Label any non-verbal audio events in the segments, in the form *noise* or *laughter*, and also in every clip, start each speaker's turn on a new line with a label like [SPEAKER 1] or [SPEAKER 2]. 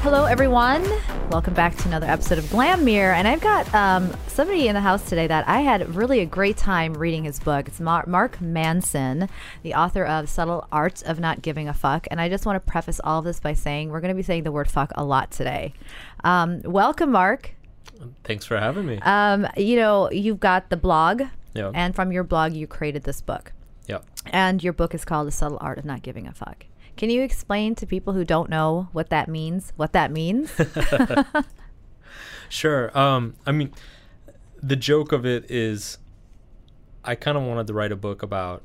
[SPEAKER 1] Hello, everyone. Welcome back to another episode of Glam Mirror. And I've got um, somebody in the house today that I had really a great time reading his book. It's Mar- Mark Manson, the author of Subtle Art of Not Giving a Fuck. And I just want to preface all of this by saying we're going to be saying the word fuck a lot today. Um, welcome, Mark.
[SPEAKER 2] Thanks for having me.
[SPEAKER 1] Um, you know, you've got the blog,
[SPEAKER 2] Yeah.
[SPEAKER 1] and from your blog, you created this book.
[SPEAKER 2] yeah.
[SPEAKER 1] And your book is called The Subtle Art of Not Giving a Fuck. Can you explain to people who don't know what that means, what that means?
[SPEAKER 2] Sure. Um, I mean, the joke of it is I kind of wanted to write a book about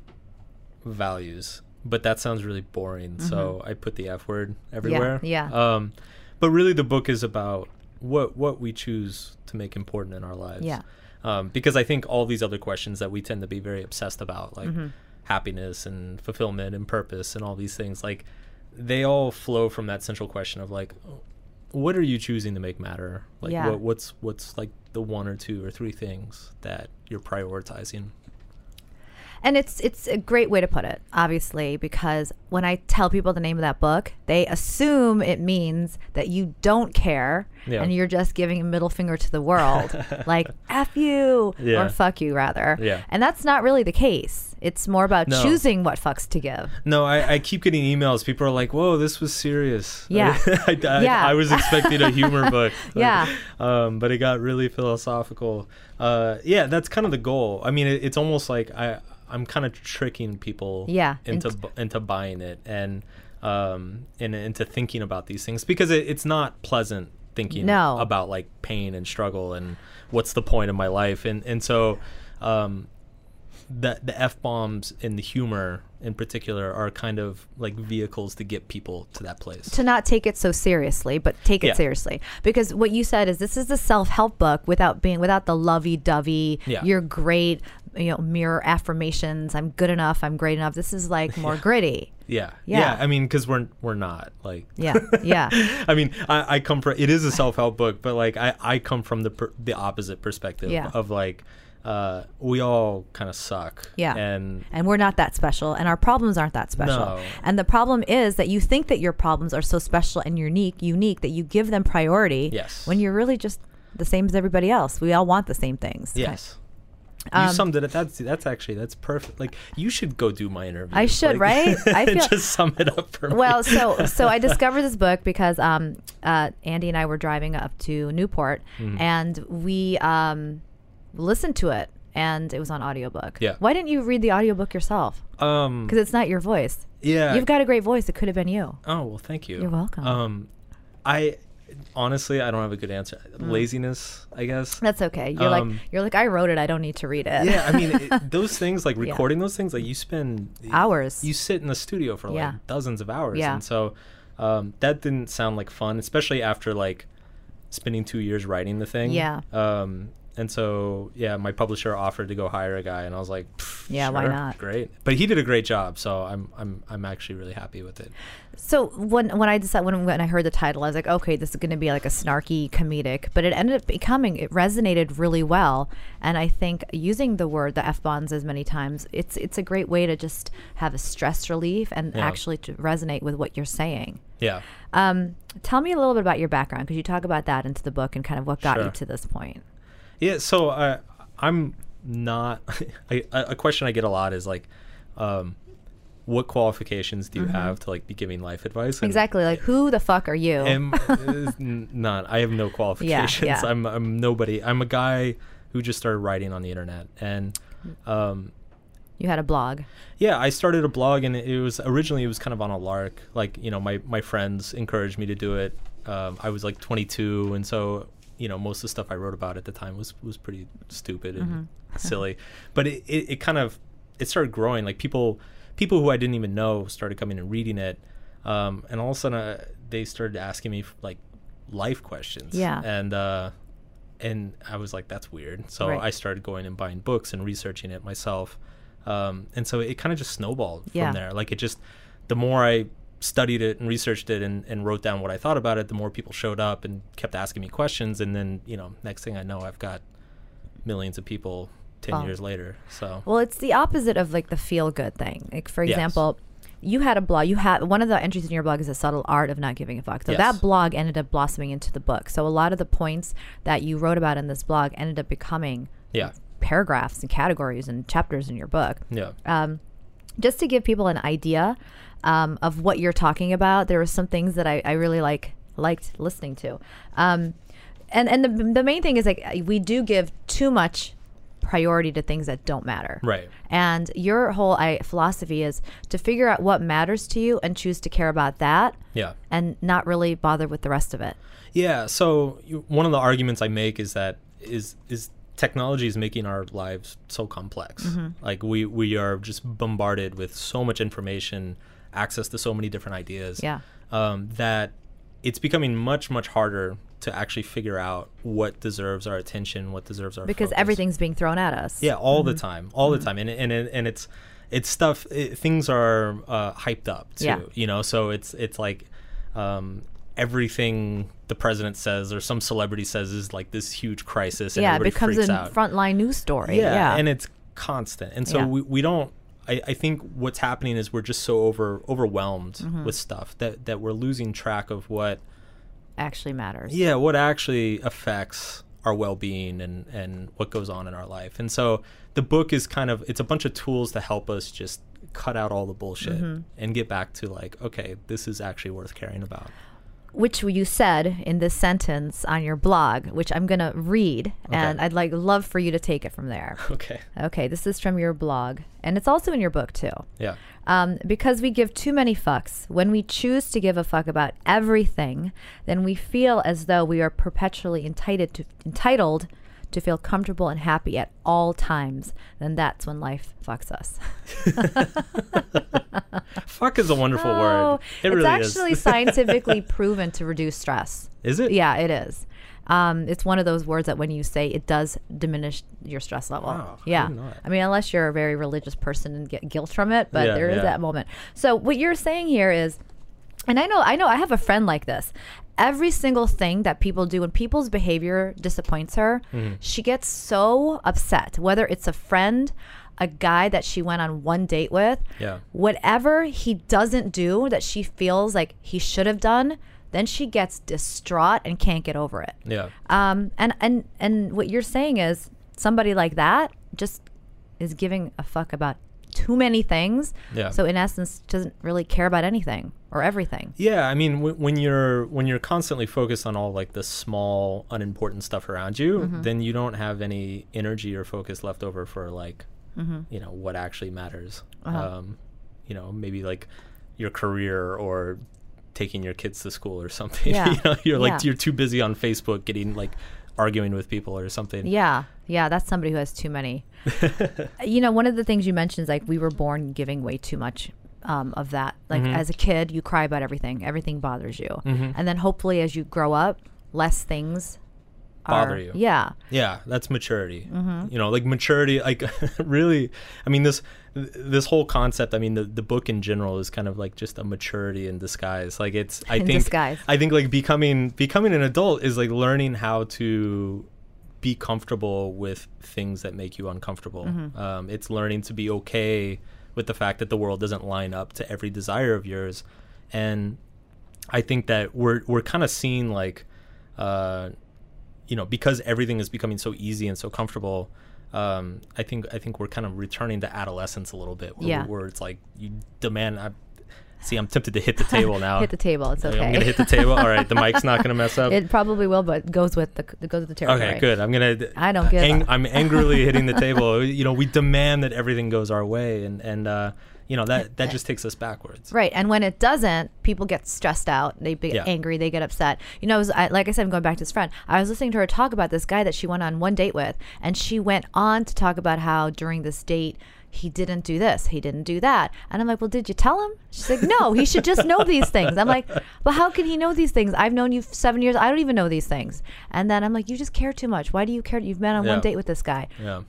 [SPEAKER 2] values, but that sounds really boring. So I put the F word everywhere.
[SPEAKER 1] Mm-hmm. yeah.
[SPEAKER 2] Um, but really, the book is about what, what we choose to make important in our lives.
[SPEAKER 1] Yeah.
[SPEAKER 2] Um, because I think all these other questions that we tend to be very obsessed about, like
[SPEAKER 1] Mm-hmm.
[SPEAKER 2] happiness and fulfillment and purpose and all these things, like they all flow from that central question of like, what are you choosing to make matter? Like,
[SPEAKER 1] Yeah.
[SPEAKER 2] what, what's what's like the one or two or three things that you're prioritizing?
[SPEAKER 1] And it's it's a great way to put it, obviously, because when I tell people the name of that book, they assume it means that you don't care
[SPEAKER 2] Yeah.
[SPEAKER 1] and you're just giving a middle finger to the
[SPEAKER 2] *laughs*
[SPEAKER 1] world, like f you
[SPEAKER 2] Yeah.
[SPEAKER 1] or fuck you rather.
[SPEAKER 2] Yeah.
[SPEAKER 1] And that's not really the case. It's more about
[SPEAKER 2] No.
[SPEAKER 1] choosing what fucks to give.
[SPEAKER 2] No, I, I keep getting emails. People are like, "Whoa, this was serious." *laughs*
[SPEAKER 1] Yeah.
[SPEAKER 2] I, I-
[SPEAKER 1] Yeah.
[SPEAKER 2] I was expecting
[SPEAKER 1] *laughs*
[SPEAKER 2] a humor book.
[SPEAKER 1] Yeah.
[SPEAKER 2] um, but it got really philosophical. Uh, yeah, that's kind of the goal. I mean, it, it's almost like I I'm kind of tricking people.
[SPEAKER 1] Yeah,
[SPEAKER 2] into
[SPEAKER 1] int-
[SPEAKER 2] bu- into buying it and um and into thinking about these things because it, it's not pleasant thinking
[SPEAKER 1] No.
[SPEAKER 2] about like pain and struggle and what's the point of my life and and so um the the f bombs and the humor in particular are kind of like vehicles to get people to that place.
[SPEAKER 1] To not take it so seriously, but take it
[SPEAKER 2] Yeah.
[SPEAKER 1] seriously. Because what you said is this is a self help book without being without the lovey dovey,
[SPEAKER 2] Yeah.
[SPEAKER 1] you're great, you know, mirror affirmations, I'm good enough, I'm great enough. This is like more gritty.
[SPEAKER 2] *laughs* yeah.
[SPEAKER 1] Yeah.
[SPEAKER 2] yeah, I mean, because we're we're not like
[SPEAKER 1] Yeah, yeah,
[SPEAKER 2] I mean, I, I come from it is a self help book, but like I, I come from the per, the opposite perspective
[SPEAKER 1] Yeah.
[SPEAKER 2] of like uh, we all kind of suck.
[SPEAKER 1] Yeah.
[SPEAKER 2] and
[SPEAKER 1] and we're not that special, and our problems aren't that special.
[SPEAKER 2] No.
[SPEAKER 1] And the problem is that you think that your problems are so special and unique, unique that you give them priority.
[SPEAKER 2] Yes.
[SPEAKER 1] When you're really just the same as everybody else. We all want the same things.
[SPEAKER 2] yes.
[SPEAKER 1] Um,
[SPEAKER 2] you summed it up. That's that's actually that's perfect. Like you should go do my interview.
[SPEAKER 1] I should,
[SPEAKER 2] Like, *laughs*
[SPEAKER 1] right? I feel-
[SPEAKER 2] just sum it up for me. *laughs*
[SPEAKER 1] well, so so I discovered this book because um, uh, Andy and I were driving up to Newport,
[SPEAKER 2] Mm-hmm.
[SPEAKER 1] and we um, listened to it, and it was on audiobook.
[SPEAKER 2] Yeah.
[SPEAKER 1] Why didn't you read the audiobook yourself?
[SPEAKER 2] um,
[SPEAKER 1] Because it's not your voice.
[SPEAKER 2] yeah.
[SPEAKER 1] You've got a great voice. It could have been you.
[SPEAKER 2] Oh well, thank you.
[SPEAKER 1] You're welcome.
[SPEAKER 2] Um, I honestly I don't have a good answer. Laziness, I guess.
[SPEAKER 1] Mm. That's okay. You're like
[SPEAKER 2] Um,
[SPEAKER 1] you're like I wrote it. I don't need to read it.
[SPEAKER 2] yeah, I mean it, those things like recording those things like you spend
[SPEAKER 1] *laughs* Hours.
[SPEAKER 2] You sit in the studio for like
[SPEAKER 1] Yeah.
[SPEAKER 2] dozens of hours,
[SPEAKER 1] Yeah.
[SPEAKER 2] and so um, that didn't sound like fun, especially after like spending two years writing the thing.
[SPEAKER 1] Yeah.
[SPEAKER 2] Um, and so yeah, my publisher offered to go hire a guy, and I was like, "Pff,
[SPEAKER 1] Yeah, why
[SPEAKER 2] sure,
[SPEAKER 1] not?"
[SPEAKER 2] Great, but he did a great job, so I'm I'm I'm actually really happy with it.
[SPEAKER 1] So when when I decided when, when I heard the title, I was like, okay, this is going to be like a snarky comedic, but it ended up becoming it resonated really well, and I think using the word the f bombs as many times, it's it's a great way to just have a stress relief and
[SPEAKER 2] Yeah.
[SPEAKER 1] actually to resonate with what you're saying.
[SPEAKER 2] Yeah.
[SPEAKER 1] Um, tell me a little bit about your background because you talk about that into the book and kind of what got you
[SPEAKER 2] Sure.
[SPEAKER 1] to this point.
[SPEAKER 2] Yeah, so uh, *laughs* I'm not. I, a a question I get a lot is like, um, what qualifications do you have to like be giving life advice? And-
[SPEAKER 1] Mm-hmm. Exactly. Like, who the fuck are you?
[SPEAKER 2] *laughs*
[SPEAKER 1] *laughs*
[SPEAKER 2] am is n- not. I have no qualifications. *laughs*
[SPEAKER 1] yeah.
[SPEAKER 2] I'm I'm nobody. I'm a guy who just started writing on the internet, and um,
[SPEAKER 1] you had a blog.
[SPEAKER 2] yeah, I started a blog, and it was originally it was kind of on a lark. Like you know, my my friends encouraged me to do it. Um, I was like 22, and so you know, most of the stuff I wrote about at the time was was pretty stupid and silly. But it, it it kind of it started growing. Like people people who I didn't even know started coming and reading it, um, and all of a sudden uh, they started asking me like life questions.
[SPEAKER 1] Yeah.
[SPEAKER 2] and uh, and I was like, that's weird. So
[SPEAKER 1] Right.
[SPEAKER 2] I started going and buying books and researching it myself. Um, and so it kind of just snowballed
[SPEAKER 1] Yeah.
[SPEAKER 2] from there. Like it just, the more I studied it and researched it and, and wrote down what I thought about it, the more people showed up and kept asking me questions. And then, you know, next thing I know, I've got millions of people 10
[SPEAKER 1] Wow.
[SPEAKER 2] years later. So
[SPEAKER 1] Well, it's the opposite of like the feel good thing. Like for
[SPEAKER 2] Yes.
[SPEAKER 1] example, you had a blog. You had one of the entries in your blog is a subtle art of not giving a fuck. So
[SPEAKER 2] Yes.
[SPEAKER 1] that blog ended up blossoming into the book. So a lot of the points that you wrote about in this blog ended up becoming
[SPEAKER 2] yeah.
[SPEAKER 1] paragraphs and categories and chapters in your book.
[SPEAKER 2] Yeah.
[SPEAKER 1] Uh, Just to give people an idea um, of what you're talking about, there were some things that I, I really like liked listening to. Um, and and the, the main thing is like uh, we do give too much priority to things that don't matter.
[SPEAKER 2] Right.
[SPEAKER 1] And your whole I, philosophy is to figure out what matters to you and choose to care about that
[SPEAKER 2] Yeah.
[SPEAKER 1] and not really bother with the rest of it.
[SPEAKER 2] Yeah. So you, one of the arguments I make is that is is technology is making our lives so complex.
[SPEAKER 1] Mm-hmm.
[SPEAKER 2] Like we we are just bombarded with so much information, access to so many different ideas.
[SPEAKER 1] Yeah.
[SPEAKER 2] Um, that it's becoming much much harder to actually figure out what deserves our attention, what deserves our
[SPEAKER 1] Because
[SPEAKER 2] focus.
[SPEAKER 1] everything's being thrown at us.
[SPEAKER 2] Yeah, all the time, all
[SPEAKER 1] Mm-hmm.
[SPEAKER 2] the time, and and and and it's it's stuff. It, things are uh, hyped up too,
[SPEAKER 1] Yeah.
[SPEAKER 2] you know. So it's it's like um, everything the president says or some celebrity says is like this huge crisis, and
[SPEAKER 1] Yeah, it
[SPEAKER 2] everybody
[SPEAKER 1] becomes
[SPEAKER 2] freaks
[SPEAKER 1] a
[SPEAKER 2] out.
[SPEAKER 1] frontline news story.
[SPEAKER 2] yeah,
[SPEAKER 1] Yeah.
[SPEAKER 2] and it's constant, and so
[SPEAKER 1] Yeah.
[SPEAKER 2] we we don't. I, I think what's happening is we're just so over overwhelmed
[SPEAKER 1] Mm-hmm.
[SPEAKER 2] with stuff that that we're losing track of what
[SPEAKER 1] actually matters.
[SPEAKER 2] yeah what actually affects our well-being and and what goes on in our life and so the book is kind of it's a bunch of tools to help us just cut out all the bullshit
[SPEAKER 1] Mm-hmm.
[SPEAKER 2] and get back to like okay this is actually worth caring about
[SPEAKER 1] which you said in this sentence on your blog, which I'm gonna read, and I'd like love for you to take it from there.
[SPEAKER 2] okay
[SPEAKER 1] Okay, this is from your blog, and it's also in your book too.
[SPEAKER 2] yeah
[SPEAKER 1] Um, because we give too many fucks, when we choose to give a fuck about everything, then we feel as though we are perpetually entitled to, entitled to feel comfortable and happy at all times. Then that's when life fucks us. *laughs*
[SPEAKER 2] fuck is a wonderful
[SPEAKER 1] Oh,
[SPEAKER 2] word it
[SPEAKER 1] it's
[SPEAKER 2] really *laughs*
[SPEAKER 1] actually
[SPEAKER 2] is
[SPEAKER 1] scientifically proven to reduce stress.
[SPEAKER 2] is it
[SPEAKER 1] Yeah, it is. Um, it's one of those words that when you say it does diminish your stress level.
[SPEAKER 2] Wow, I
[SPEAKER 1] yeah.
[SPEAKER 2] did not.
[SPEAKER 1] I mean, unless you're a very religious person and get guilt from it, but
[SPEAKER 2] Yeah,
[SPEAKER 1] there is
[SPEAKER 2] yeah.
[SPEAKER 1] that moment. So what you're saying here is, and I know, I know, I have a friend like this. Every single thing that people do when people's behavior disappoints her, she gets so upset. Whether it's a friend, a guy that she went on one date with,
[SPEAKER 2] Yeah.
[SPEAKER 1] whatever he doesn't do that she feels like he should have done, then she gets distraught and can't get over it.
[SPEAKER 2] yeah
[SPEAKER 1] Um, and and and what you're saying is somebody like that just is giving a fuck about too many things.
[SPEAKER 2] Yeah.
[SPEAKER 1] So in essence, doesn't really care about anything or everything.
[SPEAKER 2] Yeah, I mean, w- when you're when you're constantly focused on all like the small, unimportant stuff around you,
[SPEAKER 1] Mm-hmm.
[SPEAKER 2] then you don't have any energy or focus left over for like,
[SPEAKER 1] Mm-hmm.
[SPEAKER 2] you know, what actually matters.
[SPEAKER 1] Uh-huh.
[SPEAKER 2] Um, you know, maybe like your career or taking your kids to school or something. *laughs*
[SPEAKER 1] Yeah.
[SPEAKER 2] you know, you're like
[SPEAKER 1] Yeah.
[SPEAKER 2] you're too busy on Facebook getting like arguing with people or something.
[SPEAKER 1] Yeah, yeah, that's somebody who has too
[SPEAKER 2] *laughs*
[SPEAKER 1] many. you know, one of the things you mentioned is like we were born giving way too much um, of that. Like
[SPEAKER 2] Mm-hmm.
[SPEAKER 1] as a kid, you cry about everything, everything bothers you, and then hopefully as you grow up, less things are,
[SPEAKER 2] Bother you.
[SPEAKER 1] Yeah,
[SPEAKER 2] Yeah, that's maturity.
[SPEAKER 1] Mm-hmm.
[SPEAKER 2] You know, like maturity, like *laughs* really. I mean, this this whole concept. I mean, the, the book in general is kind of like just a maturity in disguise. Like it's, I
[SPEAKER 1] In
[SPEAKER 2] think,
[SPEAKER 1] disguise.
[SPEAKER 2] I think like becoming becoming an adult is like learning how to be comfortable with things that make you uncomfortable.
[SPEAKER 1] Mm-hmm.
[SPEAKER 2] Um, it's learning to be okay with the fact that the world doesn't line up to every desire of yours, and I think that we're we're kind of seeing like. Uh, you know, because everything is becoming so easy and so comfortable, um, I think I think we're kind of returning to adolescence a little bit, where,
[SPEAKER 1] Yeah.
[SPEAKER 2] where it's like you demand. I, see, I'm tempted to hit the
[SPEAKER 1] *laughs*
[SPEAKER 2] table now.
[SPEAKER 1] Hit the table. It's
[SPEAKER 2] Like,
[SPEAKER 1] okay.
[SPEAKER 2] Oh. I'm gonna hit the table.
[SPEAKER 1] *laughs*
[SPEAKER 2] All right, the mic's not gonna mess up.
[SPEAKER 1] it probably will, but it goes with the it goes with the territory.
[SPEAKER 2] okay, good. I'm gonna.
[SPEAKER 1] I don't give
[SPEAKER 2] ang-
[SPEAKER 1] a- *laughs*
[SPEAKER 2] I'm angrily hitting the table. You know, we demand that everything goes our way, and and uh, you know that that just takes us backwards.
[SPEAKER 1] Right, and when it doesn't, people get stressed out. They get
[SPEAKER 2] Yeah.
[SPEAKER 1] angry. They get upset. You know, I was, I, like I said, I'm going back to this friend. I was listening to her talk about this guy that she went on one date with, and she went on to talk about how during this date he didn't do this, he didn't do that, and I'm like, well, did you tell him? She's like, no, he should just know these things. I'm like, well, how can he know these things? I've known you for seven years. I don't even know these things. And then I'm like, you just care too much. Why do you care? You've met on one
[SPEAKER 2] Yeah.
[SPEAKER 1] date with this guy
[SPEAKER 2] Yeah.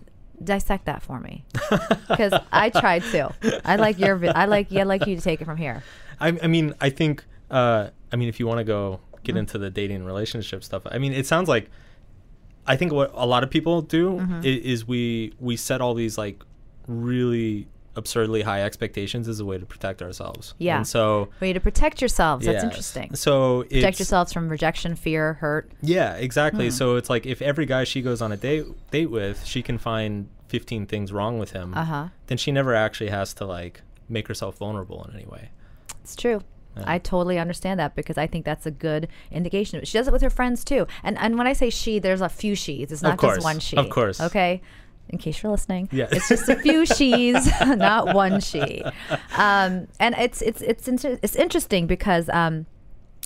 [SPEAKER 1] dissect that for me because I tried to. I like your. vi- I like. Yeah, I'd like you to take it from here.
[SPEAKER 2] I, I mean, I think, uh, I mean, if you want to go
[SPEAKER 1] Mm-hmm.
[SPEAKER 2] get into the dating and relationship stuff, I mean, it sounds like, I think what a lot of people do
[SPEAKER 1] Mm-hmm.
[SPEAKER 2] i is, we we set all these like really absurdly high expectations as a way to protect ourselves.
[SPEAKER 1] Yeah.
[SPEAKER 2] And so
[SPEAKER 1] For you to protect yourselves. That's
[SPEAKER 2] yes.
[SPEAKER 1] interesting.
[SPEAKER 2] So it's,
[SPEAKER 1] Protect Hmm. yourselves from rejection, fear, hurt.
[SPEAKER 2] Yeah, exactly. So it's like if every guy she goes on a date date with, she can find 15 things wrong with him.
[SPEAKER 1] Uh-huh.
[SPEAKER 2] Then she never actually has to like make herself vulnerable in any way.
[SPEAKER 1] It's true. I totally understand that because I think that's a good indication. of it. She does it with her friends too. And and when I say she, there's a few she's. It's not just
[SPEAKER 2] course.
[SPEAKER 1] one she.
[SPEAKER 2] Of course.
[SPEAKER 1] Okay. In case you're listening.
[SPEAKER 2] Yeah.
[SPEAKER 1] It's just a
[SPEAKER 2] *laughs*
[SPEAKER 1] few she's, *laughs* not one she. Um, and it's it's it's inter- it's interesting because um,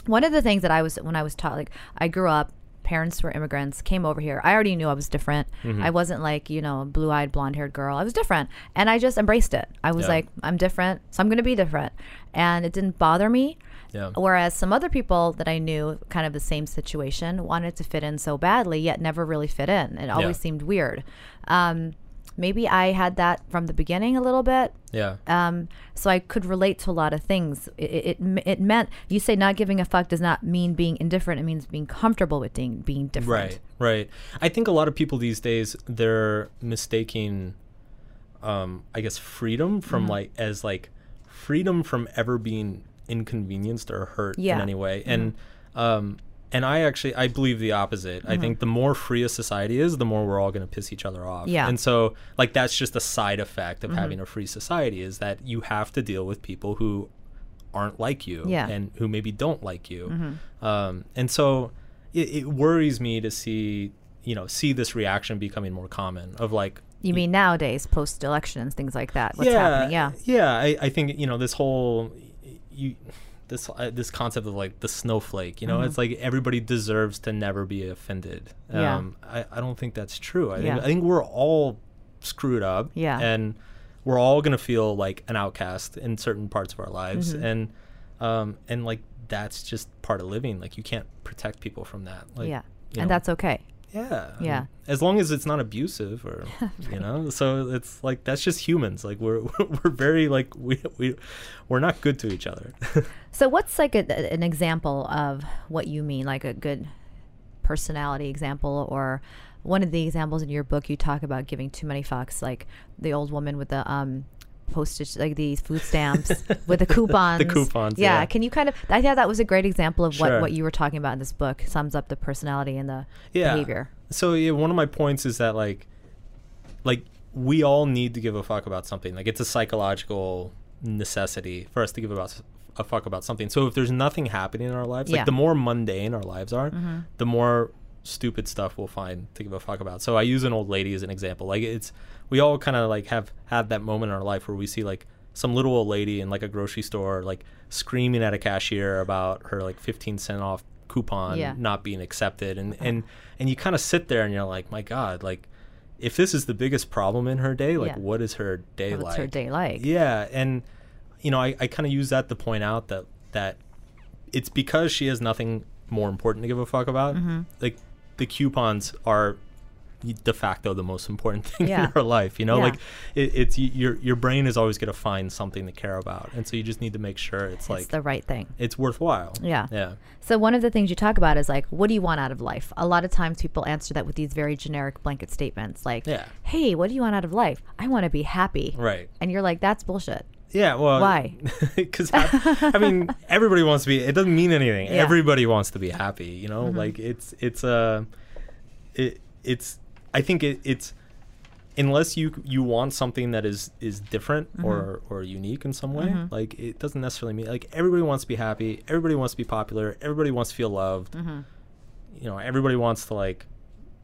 [SPEAKER 1] one of the things that I was when I was taught, like I grew up, parents were immigrants, came over here. I already knew I was different.
[SPEAKER 2] Mm-hmm.
[SPEAKER 1] I wasn't like you know a blue-eyed blonde-haired girl. I was different, and I just embraced it. I was
[SPEAKER 2] Yeah.
[SPEAKER 1] like, I'm different, so I'm going to be different, and it didn't bother me.
[SPEAKER 2] Yeah.
[SPEAKER 1] Whereas some other people that I knew, kind of the same situation, wanted to fit in so badly, yet never really fit in. It always
[SPEAKER 2] Yeah.
[SPEAKER 1] seemed weird. Um, maybe I had that from the beginning a little bit,
[SPEAKER 2] Yeah.
[SPEAKER 1] um, so I could relate to a lot of things. It, it, it, it meant you say not giving a fuck does not mean being indifferent. It means being comfortable with being being different.
[SPEAKER 2] Right, right. I think a lot of people these days they're mistaking, um, I guess, freedom from
[SPEAKER 1] Mm-hmm.
[SPEAKER 2] like as like freedom from ever being inconvenienced or hurt
[SPEAKER 1] Yeah. Mm-hmm.
[SPEAKER 2] in any way. And um, and I actually I believe the opposite.
[SPEAKER 1] Mm-hmm.
[SPEAKER 2] I think the more free a society is, the more we're all going to piss each other off.
[SPEAKER 1] Yeah. Mm-hmm.
[SPEAKER 2] And so like that's just a side effect of having a free society is that you have to deal with people who aren't like you
[SPEAKER 1] Yeah.
[SPEAKER 2] and who maybe don't like you. Um, and so it, it worries me to see, you know, see this reaction becoming more common of like,
[SPEAKER 1] You mean nowadays, post elections, things like that? What's happening? Yeah.
[SPEAKER 2] yeah. I, I think, you know, this whole, you, this, uh, this concept of like the snowflake, you know,
[SPEAKER 1] Mm-hmm.
[SPEAKER 2] it's like everybody deserves to never be offended.
[SPEAKER 1] Yeah.
[SPEAKER 2] Um, I, I don't think that's true. I,
[SPEAKER 1] Yeah.
[SPEAKER 2] think, I think we're all screwed up
[SPEAKER 1] Yeah.
[SPEAKER 2] and we're all going to feel like an outcast in certain parts of our lives.
[SPEAKER 1] Mm-hmm.
[SPEAKER 2] And, um, and like, that's just part of living. Like you can't protect people from that. Like,
[SPEAKER 1] yeah.
[SPEAKER 2] you
[SPEAKER 1] and
[SPEAKER 2] know.
[SPEAKER 1] that's okay.
[SPEAKER 2] Yeah. I
[SPEAKER 1] Yeah.
[SPEAKER 2] mean, As long as it's not abusive or you know. So it's like that's just humans. Like we're *laughs* we're very like we we we're not good to each other. *laughs*
[SPEAKER 1] So, what's like a, an example of what you mean, like a good personality example, or one of the examples in your book you talk about giving too many fucks, like the old woman with the um, postage, like the food stamps with the coupons.
[SPEAKER 2] coupons, yeah.
[SPEAKER 1] Can you kind of? I thought that was a great example of what
[SPEAKER 2] Sure.
[SPEAKER 1] what you were talking about in this book. Sums up the personality and the
[SPEAKER 2] yeah.
[SPEAKER 1] behavior.
[SPEAKER 2] So yeah, one of my points is that like like we all need to give a fuck about something. Like it's a psychological necessity for us to give about a fuck about something. So if there's nothing happening in our lives,
[SPEAKER 1] Yeah. Mm-hmm.
[SPEAKER 2] like the more mundane our lives are, the more stupid stuff we'll find to give a fuck about. So I use an old lady as an example. Like it's we all kind of like have had that moment in our life where we see like some little old lady in like a grocery store like screaming at a cashier about her like 15 cent off coupon
[SPEAKER 1] Yeah.
[SPEAKER 2] not being accepted and
[SPEAKER 1] Mm-hmm.
[SPEAKER 2] and and you kind of sit there and you're like my god like if this is the biggest problem in her day like
[SPEAKER 1] Yeah.
[SPEAKER 2] what is her day
[SPEAKER 1] What's
[SPEAKER 2] like
[SPEAKER 1] her day like?
[SPEAKER 2] yeah and you know i, I kind of use that to point out that that it's because she has nothing more important to give a fuck about
[SPEAKER 1] Mm-hmm.
[SPEAKER 2] like the coupons are de facto the most important *laughs* thing
[SPEAKER 1] Yeah.
[SPEAKER 2] in her life you know
[SPEAKER 1] Yeah.
[SPEAKER 2] like it, it's y- your your brain is always going to find something to care about and so you just need to make sure it's like
[SPEAKER 1] it's the right thing.
[SPEAKER 2] it's worthwhile
[SPEAKER 1] Yeah.
[SPEAKER 2] yeah
[SPEAKER 1] So one of the things you talk about is like, what do you want out of life? A lot of times people answer that with these very generic blanket statements, like,
[SPEAKER 2] Yeah.
[SPEAKER 1] "Hey, what do you want out of life? I want to be happy."
[SPEAKER 2] right
[SPEAKER 1] And you're like, "That's bullshit."
[SPEAKER 2] Yeah, well, *laughs*
[SPEAKER 1] Why?
[SPEAKER 2] Because I
[SPEAKER 1] *laughs*
[SPEAKER 2] mean, everybody wants to be. It doesn't mean anything.
[SPEAKER 1] Yeah. Mm-hmm.
[SPEAKER 2] Everybody wants to be happy. You know, like it's it's uh, it it's. I think it, it's unless you you want something that is is different
[SPEAKER 1] Mm-hmm.
[SPEAKER 2] or or unique in some way like it doesn't necessarily mean like everybody wants to be happy everybody wants to be popular everybody wants to feel loved
[SPEAKER 1] Mm-hmm.
[SPEAKER 2] you know everybody wants to like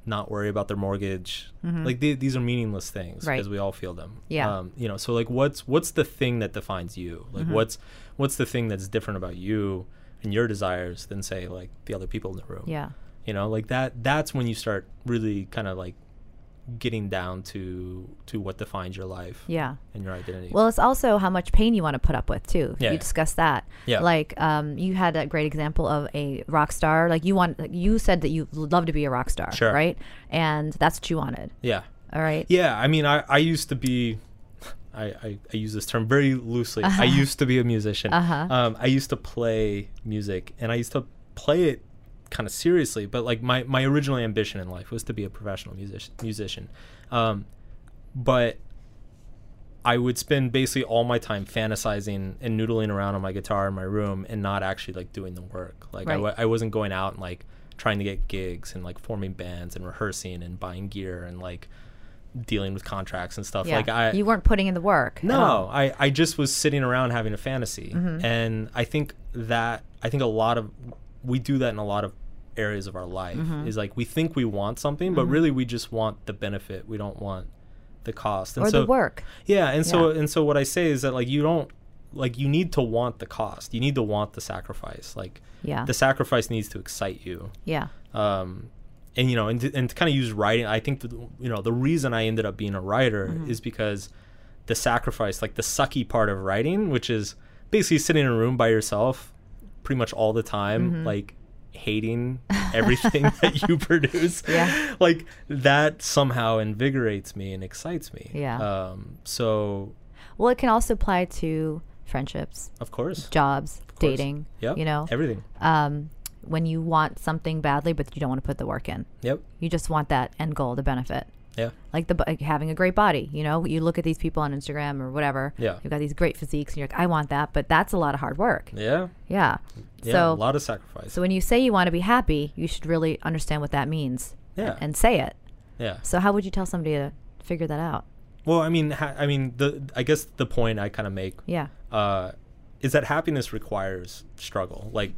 [SPEAKER 2] not worry about their mortgage like the- these are meaningless things
[SPEAKER 1] Mm-hmm. Right.
[SPEAKER 2] because we all feel them
[SPEAKER 1] Yeah.
[SPEAKER 2] um, you know so like what's what's the thing that defines you like
[SPEAKER 1] Mm-hmm.
[SPEAKER 2] what's what's the thing that's different about you and your desires than say like the other people in the room
[SPEAKER 1] Yeah.
[SPEAKER 2] you know like that that's when you start really kind of like getting down to to what defines your life
[SPEAKER 1] Yeah.
[SPEAKER 2] and your identity
[SPEAKER 1] Well, it's also how much pain you want to put up with too.
[SPEAKER 2] Yeah,
[SPEAKER 1] you
[SPEAKER 2] yeah.
[SPEAKER 1] discussed that.
[SPEAKER 2] Yeah.
[SPEAKER 1] Like, um, you had a great example of a rock star. Like you want, like you said that you love to be a rock star,
[SPEAKER 2] Sure.
[SPEAKER 1] right? And that's what you wanted.
[SPEAKER 2] yeah
[SPEAKER 1] All right.
[SPEAKER 2] yeah i mean i i used to be I, I, I use this term very loosely. I used to be a musician.
[SPEAKER 1] Uh-huh.
[SPEAKER 2] Um, I used to play music and I used to play it kind of seriously, but like my, my original ambition in life was to be a professional musician. musician. Um, but I would spend basically all my time fantasizing and noodling around on my guitar in my room and not actually like doing the work. Like I I,
[SPEAKER 1] Right.
[SPEAKER 2] w- I wasn't going out and like trying to get gigs and like forming bands and rehearsing and buying gear and like dealing with contracts and stuff.
[SPEAKER 1] Yeah.
[SPEAKER 2] Like I
[SPEAKER 1] you weren't putting in the work. at all.
[SPEAKER 2] no, I, I just was sitting around having a fantasy.
[SPEAKER 1] Mm-hmm.
[SPEAKER 2] And I think that, I think a lot of, we do that in a lot of areas of our life
[SPEAKER 1] Mm-hmm.
[SPEAKER 2] is like we think we want something, but really we just want the benefit. We don't want the cost. And
[SPEAKER 1] Or
[SPEAKER 2] so,
[SPEAKER 1] the work.
[SPEAKER 2] Yeah. And so, and so what I say is that like you don't, like you need to want the cost. You need to want the sacrifice. Like
[SPEAKER 1] Yeah.
[SPEAKER 2] the sacrifice needs to excite you
[SPEAKER 1] Yeah.
[SPEAKER 2] um, and you know, and to, and to kind of use writing, I think that you know the reason I ended up being a writer
[SPEAKER 1] Mm-hmm.
[SPEAKER 2] is because the sacrifice, like the sucky part of writing, which is basically sitting in a room by yourself, pretty much all the time,
[SPEAKER 1] Mm-hmm.
[SPEAKER 2] like hating
[SPEAKER 1] *laughs*
[SPEAKER 2] everything that you produce.
[SPEAKER 1] Yeah.
[SPEAKER 2] like that somehow invigorates me and excites me.
[SPEAKER 1] Yeah.
[SPEAKER 2] Um. So
[SPEAKER 1] Well, it can also apply to friendships,
[SPEAKER 2] of course,
[SPEAKER 1] jobs,
[SPEAKER 2] course.
[SPEAKER 1] dating.
[SPEAKER 2] Yep.
[SPEAKER 1] You know,
[SPEAKER 2] everything.
[SPEAKER 1] um, when you want something badly, but you don't want to put the work in.
[SPEAKER 2] Yep.
[SPEAKER 1] You just want that end goal, the benefit.
[SPEAKER 2] Yeah.
[SPEAKER 1] like the like having a great body. You know, you look at these people on Instagram or whatever.
[SPEAKER 2] Yeah.
[SPEAKER 1] you've got these great physiques, and you're like, I want that, but that's a lot of hard work.
[SPEAKER 2] Yeah.
[SPEAKER 1] Yeah.
[SPEAKER 2] Yeah.
[SPEAKER 1] so,
[SPEAKER 2] a lot of sacrifice.
[SPEAKER 1] so when you say you want to be happy, you should really understand what that means.
[SPEAKER 2] Yeah.
[SPEAKER 1] And say it.
[SPEAKER 2] yeah.
[SPEAKER 1] So, how would you tell somebody to figure that out?
[SPEAKER 2] Well, I mean, ha- I mean, the I guess the point I kind of make
[SPEAKER 1] Yeah.
[SPEAKER 2] uh, is that happiness requires struggle. Like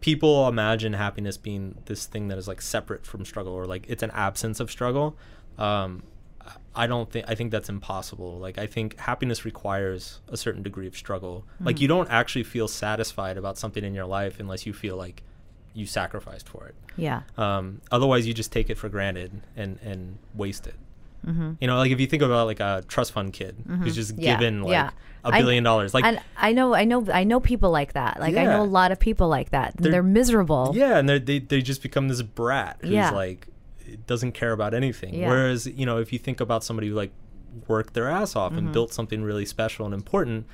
[SPEAKER 2] people imagine happiness being this thing that is like separate from struggle, or like it's an absence of struggle. Um, I- I don't think I think that's impossible. Like I think happiness requires a certain degree of struggle.
[SPEAKER 1] Hmm.
[SPEAKER 2] Like you don't actually feel satisfied about something in your life unless you feel like you sacrificed for it.
[SPEAKER 1] Yeah.
[SPEAKER 2] Um, otherwise, you just take it for granted and and waste it. You know, like if you think about like a trust fund kid who's just
[SPEAKER 1] Mm-hmm. Yeah,
[SPEAKER 2] given like
[SPEAKER 1] yeah.
[SPEAKER 2] a
[SPEAKER 1] I-
[SPEAKER 2] billion dollars, like
[SPEAKER 1] and I know, I know, I know people like that. Like I know a
[SPEAKER 2] Yeah.
[SPEAKER 1] lot of people like that. They're, miserable.
[SPEAKER 2] yeah, and they're- they they just become this brat who's
[SPEAKER 1] Yeah.
[SPEAKER 2] like it doesn't care about anything.
[SPEAKER 1] Yeah.
[SPEAKER 2] Whereas you know, if you think about somebody who like worked their ass off
[SPEAKER 1] Mm-hmm.
[SPEAKER 2] and built something really special and important,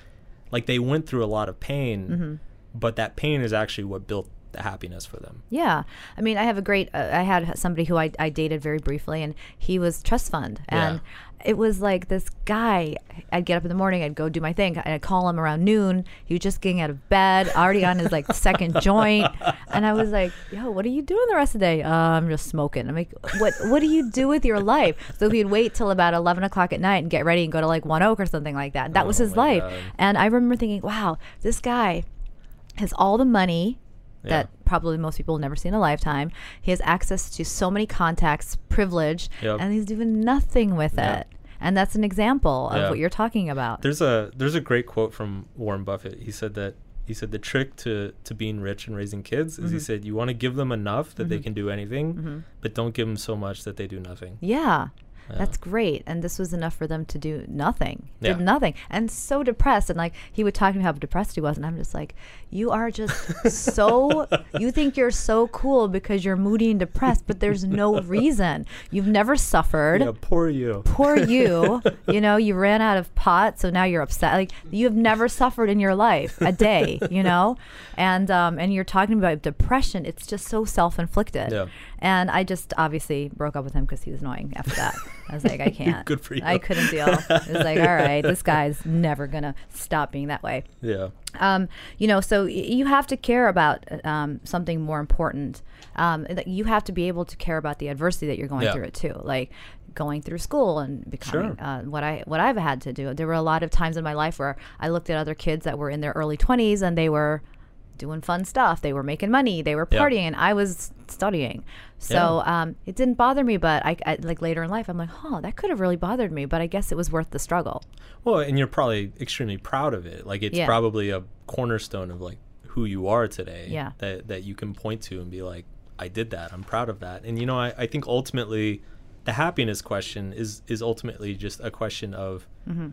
[SPEAKER 2] like they went through a lot of pain,
[SPEAKER 1] Mm-hmm.
[SPEAKER 2] but that pain is actually what built the happiness for them.
[SPEAKER 1] Yeah. I mean, I have a great, uh, I had somebody who I, I dated very briefly, and he was trust fund. And it was like this guy, I'd get up in the morning, I'd go do my thing, and I'd call him around noon. He was just getting out of bed, already on his like
[SPEAKER 2] *laughs*
[SPEAKER 1] second joint. And I was like, yo, what are you doing the rest of the day? Uh, I'm just smoking. I'm like, what, what do you do with your life? So he'd wait till about 11 o'clock at night and get ready and go to like One Oak or something like that. That was his
[SPEAKER 2] Oh my
[SPEAKER 1] life.
[SPEAKER 2] God.
[SPEAKER 1] And I remember thinking, wow, this guy has all the money that
[SPEAKER 2] Yeah.
[SPEAKER 1] probably most people will never see in a lifetime. He has access to so many contacts, privilege,
[SPEAKER 2] Yep.
[SPEAKER 1] and he's doing nothing with
[SPEAKER 2] Yeah.
[SPEAKER 1] it. And that's an example of
[SPEAKER 2] Yeah.
[SPEAKER 1] what you're talking about.
[SPEAKER 2] There's a there's a great quote from Warren Buffett. He said that he said the trick to to being rich and raising kids
[SPEAKER 1] Mm-hmm.
[SPEAKER 2] is he said you want to give them enough that they can do anything, but don't give them so much that they do nothing.
[SPEAKER 1] yeah. That's great. And this was enough for them to do nothing. Did
[SPEAKER 2] Yeah.
[SPEAKER 1] nothing. And so depressed. And like he would talk to me how depressed he was. And I'm just like, you are
[SPEAKER 2] *laughs*
[SPEAKER 1] just so, you think you're so cool because you're moody and depressed, but there's no reason. You've never suffered.
[SPEAKER 2] Yeah, poor you.
[SPEAKER 1] poor you you know you ran out of pot so now you're upset like you have never suffered in your life a day you know and um and you're talking about depression it's just so self-inflicted
[SPEAKER 2] Yeah.
[SPEAKER 1] and i just obviously broke up with him because he was annoying after that i was like i can't
[SPEAKER 2] *laughs* Good for you.
[SPEAKER 1] i couldn't deal it was like all right this guy's never gonna stop being that way
[SPEAKER 2] Yeah.
[SPEAKER 1] um, you know, so y- you have to care about uh, um, something more important. Um, and that you have to be able to care about the adversity that you're going
[SPEAKER 2] Yeah.
[SPEAKER 1] through it too. Like going through school and becoming
[SPEAKER 2] Sure.
[SPEAKER 1] uh, what I what I've had to do. There were a lot of times in my life where I looked at other kids that were in their early 20s and they were doing fun stuff. They were making money. They were
[SPEAKER 2] Yeah.
[SPEAKER 1] partying. and I was studying. So um, it didn't bother me, but I, I like later in life, I'm like, huh, that could have really bothered me, but I guess it was worth the struggle.
[SPEAKER 2] Well, and you're probably extremely proud of it. Like it's
[SPEAKER 1] Yeah.
[SPEAKER 2] probably a cornerstone of like who you are today.
[SPEAKER 1] Yeah.
[SPEAKER 2] That that you can point to and be like, I did that. I'm proud of that. And you know, I, I think ultimately the happiness question is is ultimately just a question of
[SPEAKER 1] Mm-hmm.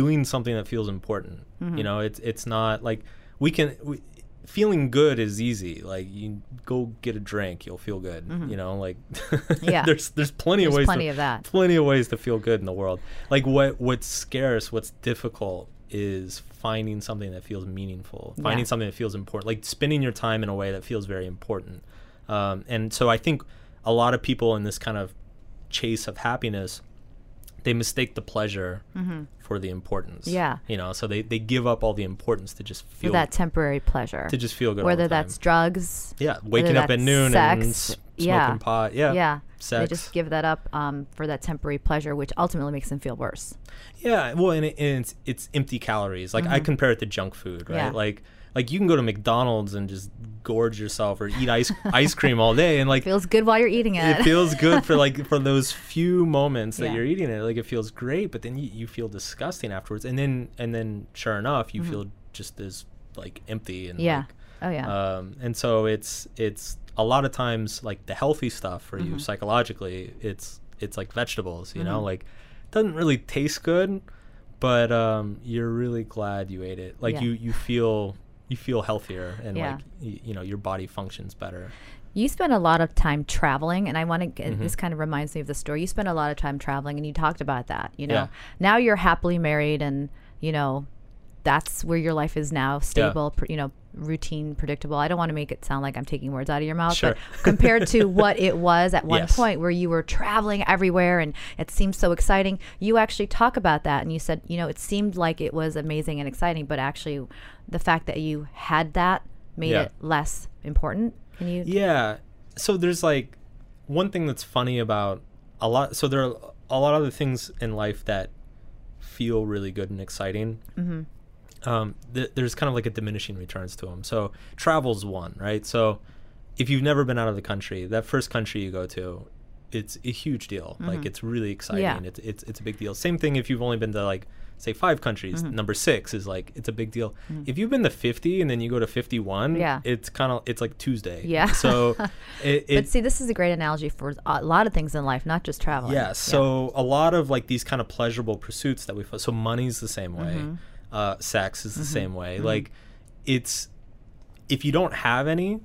[SPEAKER 2] doing something that feels important.
[SPEAKER 1] Mm-hmm.
[SPEAKER 2] You know, it's it's not like we can we, feeling good is easy. Like you go get a drink, you'll feel good. You know, like
[SPEAKER 1] Mm-hmm.
[SPEAKER 2] *laughs*
[SPEAKER 1] Yeah.
[SPEAKER 2] there's there's plenty of
[SPEAKER 1] There's
[SPEAKER 2] ways
[SPEAKER 1] plenty
[SPEAKER 2] to,
[SPEAKER 1] of that.
[SPEAKER 2] plenty of ways to feel good in the world. Like what what's scarce, what's difficult is finding something that feels meaningful, finding something that feels important, like spending your time in a way that feels very important. Um, and so I think a lot of people in this kind of chase of happiness, they mistake the pleasure for the importance.
[SPEAKER 1] Mm-hmm. Yeah.
[SPEAKER 2] you know, so they they give up all the importance to just feel
[SPEAKER 1] For that temporary pleasure.
[SPEAKER 2] to just feel good. all the
[SPEAKER 1] Whether
[SPEAKER 2] time.
[SPEAKER 1] that's drugs.
[SPEAKER 2] yeah, waking up at
[SPEAKER 1] that's
[SPEAKER 2] noon
[SPEAKER 1] sex,
[SPEAKER 2] and s- smoking
[SPEAKER 1] yeah.
[SPEAKER 2] pot. Yeah,
[SPEAKER 1] Yeah. They
[SPEAKER 2] sex.
[SPEAKER 1] just give that up um, for that temporary pleasure, which ultimately makes them feel worse.
[SPEAKER 2] Yeah, well, and, it, and it's it's empty calories. Like I compare it to junk food, right?
[SPEAKER 1] Mm-hmm. Yeah.
[SPEAKER 2] Like like you can go to McDonald's and just gorge yourself or
[SPEAKER 1] *laughs*
[SPEAKER 2] eat ice ice cream all day, and like
[SPEAKER 1] Feels good while you're eating it.
[SPEAKER 2] it feels good for like for those few moments that
[SPEAKER 1] Yeah.
[SPEAKER 2] you're eating it. Like it feels great, but then you, you feel disgusting afterwards, and then and then sure enough, you feel just as like empty
[SPEAKER 1] *laughs*
[SPEAKER 2] and
[SPEAKER 1] Mm-hmm. yeah.
[SPEAKER 2] like,
[SPEAKER 1] oh, yeah.
[SPEAKER 2] um, and so it's it's a lot of times like the healthy stuff for
[SPEAKER 1] Mm-hmm.
[SPEAKER 2] you psychologically it's it's like vegetables you know like doesn't really taste good but um, you're really glad you ate it like
[SPEAKER 1] Yeah.
[SPEAKER 2] you you feel you feel healthier and
[SPEAKER 1] Yeah.
[SPEAKER 2] like you, you know your body functions better
[SPEAKER 1] You spend a lot of time traveling, and I want to.
[SPEAKER 2] Mm-hmm.
[SPEAKER 1] get This kind of reminds me of the story. You spent a lot of time traveling, and you talked about that. You know,
[SPEAKER 2] Yeah.
[SPEAKER 1] now you're happily married, and you know, that's where your life is now stable. pr you know, routine, predictable. I don't want to make it sound like I'm taking words out of your mouth,
[SPEAKER 2] Sure.
[SPEAKER 1] but *laughs* compared to what it was at one
[SPEAKER 2] Yes.
[SPEAKER 1] point, where you were traveling everywhere, and it seemed so exciting. You actually talk about that, and you said, you know, it seemed like it was amazing and exciting, but actually, the fact that you had that made
[SPEAKER 2] Yeah.
[SPEAKER 1] it less important. Can you?
[SPEAKER 2] Yeah. So there's like one thing that's funny about a lot. So there are a lot of the things in life that feel really good and exciting. Mm-hmm. Um, th- there's kind of like a diminishing returns to them. So travel's one, right? So if you've never been out of the country, that first country you go to, it's a huge deal. Like it's really exciting.
[SPEAKER 1] Mm-hmm. Yeah.
[SPEAKER 2] It's, it's it's a big deal. Same thing if you've only been to like say five countries.
[SPEAKER 1] Mm-hmm.
[SPEAKER 2] Number six is like it's a big deal. If you've been to fifty and then you go to fifty one,
[SPEAKER 1] Yeah.
[SPEAKER 2] it's kind of it's like Tuesday.
[SPEAKER 1] Yeah. *laughs*
[SPEAKER 2] So it,
[SPEAKER 1] But
[SPEAKER 2] it
[SPEAKER 1] see, this is a great analogy for a lot of things in life, not just traveling.
[SPEAKER 2] yeah. So a lot of like these kind of pleasurable pursuits that we fo- so money's the same way,
[SPEAKER 1] Mm-hmm.
[SPEAKER 2] uh, sex is the same way. Like it's if you don't have any,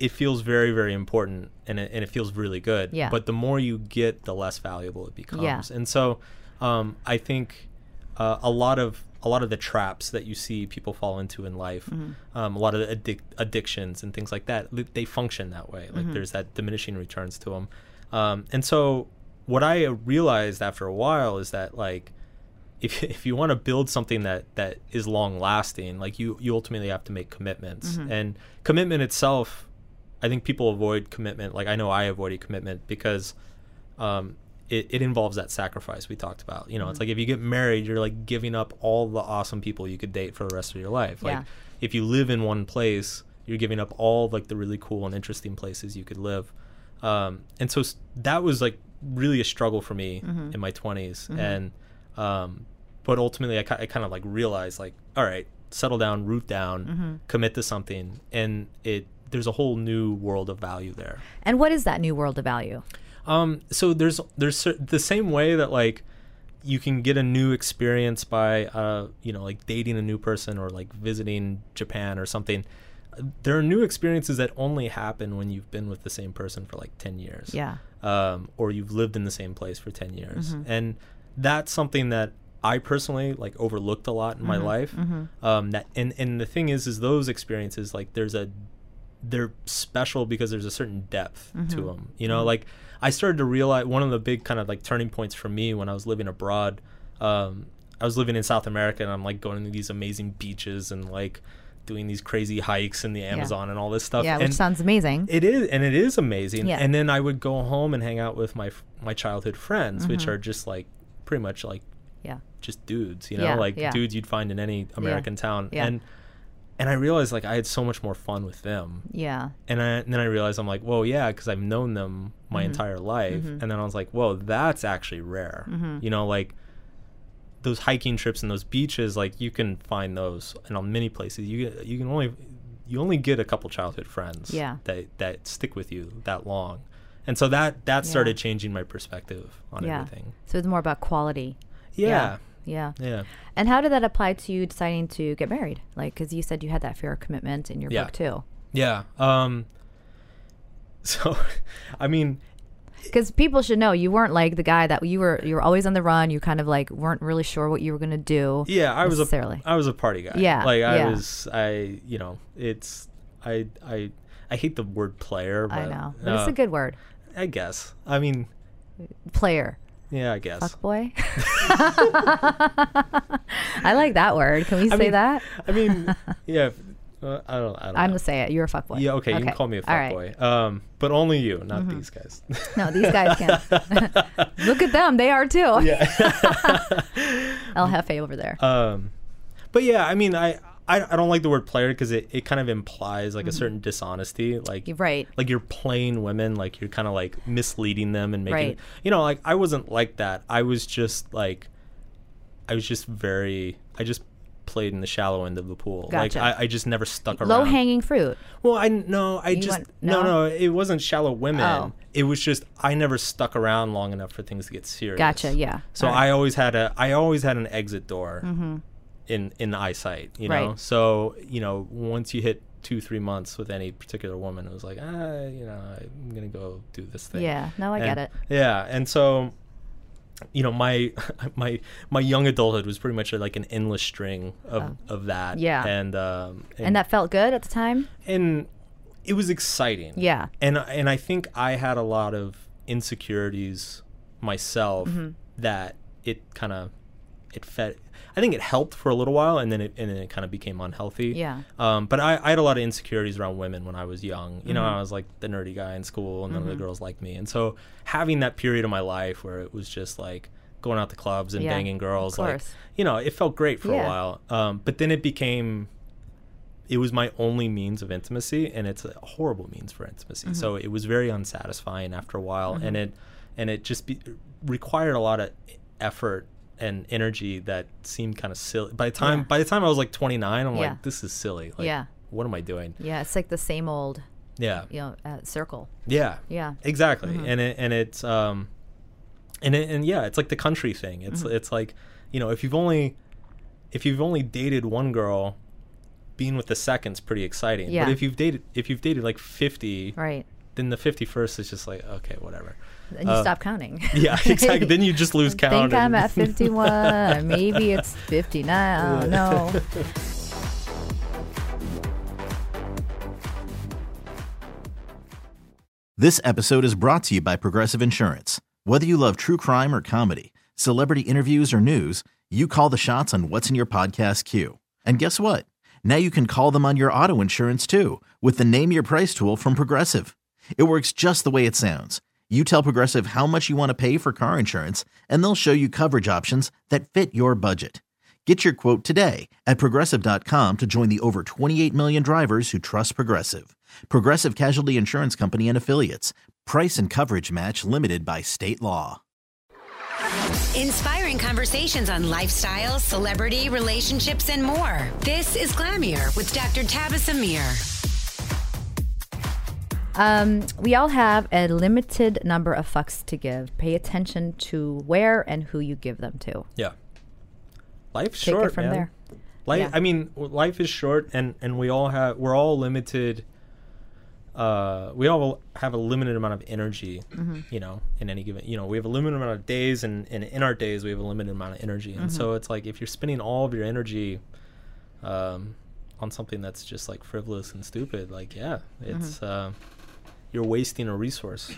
[SPEAKER 2] it feels very very important and it, and it feels really good.
[SPEAKER 1] Yeah.
[SPEAKER 2] But the more you get, the less valuable it becomes.
[SPEAKER 1] Yeah.
[SPEAKER 2] And so um, I think uh, a lot of a lot of the traps that you see people fall into in life, um, a lot of the addic- addictions and things like that, li- they function that way. Like there's that diminishing returns to them. Um, and so what I realized after a while is that like if, *laughs* if you want to build something that that is long lasting, like you you ultimately have to make commitments. And commitment itself, I think people avoid commitment. Like I know I avoided commitment because um, it, it involves that sacrifice we talked about. You know, it's like if you get married, you're like giving up all the awesome people you could date for the rest of your life. Like
[SPEAKER 1] Yeah.
[SPEAKER 2] if you live in one place, you're giving up all like the really cool and interesting places you could live. Um, and so s- that was like really a struggle for me in my 20s. And, um, but ultimately I, ki- I kind of like realized like, all right, settle down, root down, commit to something. And it, there's a whole new world of value there.
[SPEAKER 1] And what is that new world of value?
[SPEAKER 2] Um, so there's there's cer- the same way that like you can get a new experience by uh, you know like dating a new person or like visiting Japan or something. uh, There are new experiences that only happen when you've been with the same person for like ten years
[SPEAKER 1] Yeah.
[SPEAKER 2] um, or you've lived in the same place for 10 years.
[SPEAKER 1] Mm-hmm.
[SPEAKER 2] And that's something that I personally like overlooked a lot in my
[SPEAKER 1] Mm-hmm.
[SPEAKER 2] life. Um, that and, and the thing is, is those experiences like there's a they're special because there's a certain depth to 'em.
[SPEAKER 1] Mm-hmm.
[SPEAKER 2] to them. You know, like I started to realize one of the big kind of like turning points for me when I was living abroad. Um, I was living in South America and I'm like going to these amazing beaches and like doing these crazy hikes in the Amazon and all this stuff.
[SPEAKER 1] Yeah, which
[SPEAKER 2] and
[SPEAKER 1] sounds amazing.
[SPEAKER 2] it is, and it is amazing.
[SPEAKER 1] Yeah.
[SPEAKER 2] And then I would go home and hang out with my f- my childhood friends,
[SPEAKER 1] Mm-hmm.
[SPEAKER 2] which are just like pretty much like
[SPEAKER 1] yeah.
[SPEAKER 2] just dudes, you know,
[SPEAKER 1] Yeah,
[SPEAKER 2] like
[SPEAKER 1] yeah.
[SPEAKER 2] dudes you'd find in any American town.
[SPEAKER 1] yeah.
[SPEAKER 2] And and I realized like I had so much more fun with them.
[SPEAKER 1] Yeah.
[SPEAKER 2] And, I, and then I realized I'm like, well, yeah, because I've known them my
[SPEAKER 1] Mm-hmm.
[SPEAKER 2] entire life. And then I was like, whoa, that's actually rare.
[SPEAKER 1] Mm-hmm.
[SPEAKER 2] You know, like those hiking trips and those beaches, like you can find those and on many places. You get- you can only you only get a couple childhood friends
[SPEAKER 1] Yeah.
[SPEAKER 2] that that stick with you that long. And so that that started changing my perspective on
[SPEAKER 1] Yeah.
[SPEAKER 2] everything.
[SPEAKER 1] So it's more about quality.
[SPEAKER 2] Yeah.
[SPEAKER 1] Yeah.
[SPEAKER 2] Yeah.
[SPEAKER 1] And how did that apply to you deciding to get married? Like, because you said you had that fear of commitment in your
[SPEAKER 2] Yeah.
[SPEAKER 1] book too.
[SPEAKER 2] Yeah. Um *laughs* so I mean,
[SPEAKER 1] Because people should know you weren't like the guy that you were. You were always on the run. You kind of like weren't really sure what you were gonna do.
[SPEAKER 2] yeah, I was a
[SPEAKER 1] Necessarily.
[SPEAKER 2] I was a party guy.
[SPEAKER 1] Yeah,
[SPEAKER 2] Like I
[SPEAKER 1] yeah.
[SPEAKER 2] was I, you know, it's I I I hate the word player, but
[SPEAKER 1] I know. But it's
[SPEAKER 2] uh,
[SPEAKER 1] a good word.
[SPEAKER 2] I guess. I mean, *laughs*
[SPEAKER 1] Player.
[SPEAKER 2] yeah, I guess.
[SPEAKER 1] Boy. *laughs* I like that word. Can we say
[SPEAKER 2] mean,
[SPEAKER 1] that?
[SPEAKER 2] I mean,
[SPEAKER 1] *laughs*
[SPEAKER 2] yeah, if- uh, I don't I don't
[SPEAKER 1] I'm
[SPEAKER 2] know.
[SPEAKER 1] gonna say it. You're a fuckboy.
[SPEAKER 2] yeah, okay, you can call me a
[SPEAKER 1] All right. Mm-hmm.
[SPEAKER 2] fuckboy. Um, but only you, not these guys.
[SPEAKER 1] No, these guys can.
[SPEAKER 2] *laughs*
[SPEAKER 1] Look at them. They are too. Yeah. El Jefe over there.
[SPEAKER 2] Um, but yeah, I mean, I, I, I don't like the word player because it, it kind of implies like a
[SPEAKER 1] Mm-hmm.
[SPEAKER 2] certain dishonesty. Like,
[SPEAKER 1] You're right.
[SPEAKER 2] Like you're playing women, like you're kind of like misleading them and making,
[SPEAKER 1] Right.
[SPEAKER 2] you know, like I wasn't like that. I was just like, I was just very, I just played in the shallow end of the pool.
[SPEAKER 1] Gotcha.
[SPEAKER 2] Like I, I just never stuck around.
[SPEAKER 1] Low hanging fruit.
[SPEAKER 2] Well, I no, I just
[SPEAKER 1] went-
[SPEAKER 2] no?
[SPEAKER 1] no?
[SPEAKER 2] no, It wasn't shallow women.
[SPEAKER 1] Oh.
[SPEAKER 2] It was just I never stuck around long enough for things to get serious.
[SPEAKER 1] Gotcha, yeah.
[SPEAKER 2] So I always had a I always had an exit door in in eyesight. You know.
[SPEAKER 1] Mm-hmm. Right.
[SPEAKER 2] So you know, once you hit two three months with any particular woman, it was like ah, you know, I'm gonna go do this thing.
[SPEAKER 1] Yeah. No, I get
[SPEAKER 2] And-
[SPEAKER 1] it.
[SPEAKER 2] Yeah, and so you know my *laughs* my my young adulthood was pretty much like an endless string of of that
[SPEAKER 1] Oh. Yeah.
[SPEAKER 2] and um and,
[SPEAKER 1] And that felt good at the time.
[SPEAKER 2] and it was exciting.
[SPEAKER 1] Yeah.
[SPEAKER 2] And and I think I had a lot of insecurities myself
[SPEAKER 1] Mm-hmm.
[SPEAKER 2] that it kind of it fed. I think it helped for a little while, and then it and then it kind of became unhealthy.
[SPEAKER 1] Yeah.
[SPEAKER 2] Um, but I, I had a lot of insecurities around women when I was young. You know,
[SPEAKER 1] Mm-hmm.
[SPEAKER 2] I was like the nerdy guy in school, and none of the girls liked me. And so having that period of my life where it was just like going out to clubs and
[SPEAKER 1] Yeah,
[SPEAKER 2] banging
[SPEAKER 1] of
[SPEAKER 2] girls, like
[SPEAKER 1] course.
[SPEAKER 2] you know, it felt great for
[SPEAKER 1] Yeah.
[SPEAKER 2] a while. Um, but then it became it was my only means of intimacy and it's a horrible means for intimacy
[SPEAKER 1] Mm-hmm.
[SPEAKER 2] so it was very unsatisfying after a while and it and it just be, required a lot of effort and energy that seemed kind of silly by the time
[SPEAKER 1] Yeah.
[SPEAKER 2] by the time i was like 29 i'm
[SPEAKER 1] Yeah.
[SPEAKER 2] like this is silly like
[SPEAKER 1] Yeah.
[SPEAKER 2] what am i doing
[SPEAKER 1] Yeah. It's like the same old,
[SPEAKER 2] yeah
[SPEAKER 1] you know, uh, circle.
[SPEAKER 2] yeah
[SPEAKER 1] Yeah.
[SPEAKER 2] exactly
[SPEAKER 1] Mm-hmm.
[SPEAKER 2] and it and it's um and it, and yeah it's like the country thing it's
[SPEAKER 1] Mm-hmm.
[SPEAKER 2] it's like you know if you've only if you've only dated one girl being with the second's pretty exciting
[SPEAKER 1] Yeah.
[SPEAKER 2] but if you've dated if you've dated like 50
[SPEAKER 1] Right.
[SPEAKER 2] then the 51st is just like okay whatever *laughs*
[SPEAKER 1] And you stop counting. *laughs*
[SPEAKER 2] yeah exactly then Uh, you just lose
[SPEAKER 1] I *laughs*
[SPEAKER 2] count
[SPEAKER 1] think I'm
[SPEAKER 2] and-
[SPEAKER 1] at 51. Maybe it's 59. I don't know.
[SPEAKER 2] *laughs*
[SPEAKER 3] This episode is brought to you by Progressive Insurance. Whether you love true crime or comedy, celebrity interviews or news, you call the shots on what's in your podcast queue. And guess what? Now you can call them on your auto insurance too with the Name Your Price tool from Progressive. It works just the way it sounds. You tell Progressive how much you want to pay for car insurance, and they'll show you coverage options that fit your budget. Get your quote today at progressive.com to join the over 28 million drivers who trust Progressive. Progressive Casualty Insurance Company and Affiliates. Price and coverage match limited by state law.
[SPEAKER 4] Inspiring conversations on lifestyle, celebrity, relationships, and more. This is Glamier with Dr. Tabitha Amir.
[SPEAKER 1] Um, we all have a limited number of fucks to give. Pay attention to where and who you give them to.
[SPEAKER 2] *laughs* yeah life's
[SPEAKER 1] Take
[SPEAKER 2] short
[SPEAKER 1] it from
[SPEAKER 2] man.
[SPEAKER 1] there.
[SPEAKER 2] Life,
[SPEAKER 1] Yeah.
[SPEAKER 2] I mean, w- life is short, and and we all have we're all limited. Uh, we all have a limited amount of energy,
[SPEAKER 1] Mm-hmm.
[SPEAKER 2] you know, in any given. You know, we have a limited amount of days, and, and in our days, we have a limited amount of energy, and so
[SPEAKER 1] Mm-hmm.
[SPEAKER 2] it's like if you're spending all of your energy, um, on something that's just like frivolous and stupid, like yeah, it's
[SPEAKER 1] Mm-hmm.
[SPEAKER 2] uh, you're wasting a resource.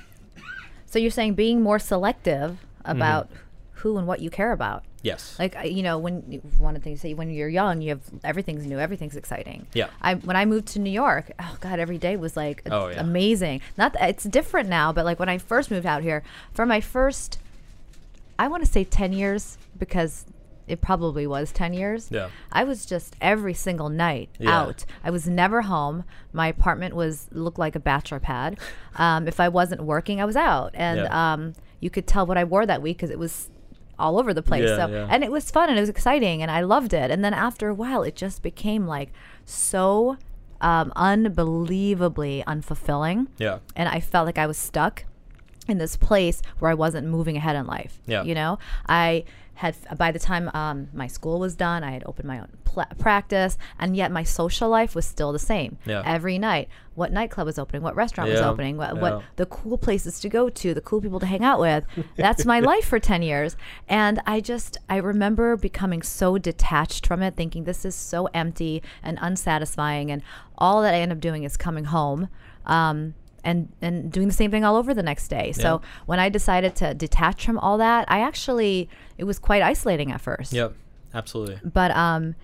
[SPEAKER 1] So you're saying being more selective about who and what you care about.
[SPEAKER 2] Yes.
[SPEAKER 1] Like I- you know, when you- one of the things you say when you're young, you have everything's new, everything's exciting.
[SPEAKER 2] Yeah.
[SPEAKER 1] I when I moved to New York, oh god, every day was like a-
[SPEAKER 2] Oh, yeah.
[SPEAKER 1] amazing. Not that it's different now, but like when I first moved out here, for my first, I want to say ten years because it probably was ten years.
[SPEAKER 2] Yeah.
[SPEAKER 1] I was just every single night
[SPEAKER 2] Yeah.
[SPEAKER 1] out. I was never home. My apartment was looked like a bachelor
[SPEAKER 2] *laughs*
[SPEAKER 1] pad. Um, if I wasn't working, I was out, and
[SPEAKER 2] Yeah.
[SPEAKER 1] um, you could tell what I wore that week because it was all over the place place.
[SPEAKER 2] Yeah,
[SPEAKER 1] so
[SPEAKER 2] yeah.
[SPEAKER 1] and it was fun and it was exciting and I loved it. And then after a while, it just became like so um, unbelievably unfulfilling.
[SPEAKER 2] Yeah.
[SPEAKER 1] And I felt like I was stuck in this place where I wasn't moving ahead in life.
[SPEAKER 2] Yeah.
[SPEAKER 1] You know, I had by the time um, my school was done, I had opened my own pla practice, and yet my social life was still the same.
[SPEAKER 2] Yeah.
[SPEAKER 1] Every night, what nightclub was opening, what restaurant was
[SPEAKER 2] Yeah,
[SPEAKER 1] opening, what,
[SPEAKER 2] yeah.
[SPEAKER 1] what the cool places to go to, the cool people to hang out with. That's my life for 10 years. And I just, I remember becoming so detached from it, thinking this is so empty and unsatisfying. And all that I end up doing is coming home. Um, and, and doing the same thing all over the next day. So when I decided to detach from all that, I actually it was quite isolating at first
[SPEAKER 2] Yep. Absolutely.
[SPEAKER 1] but um,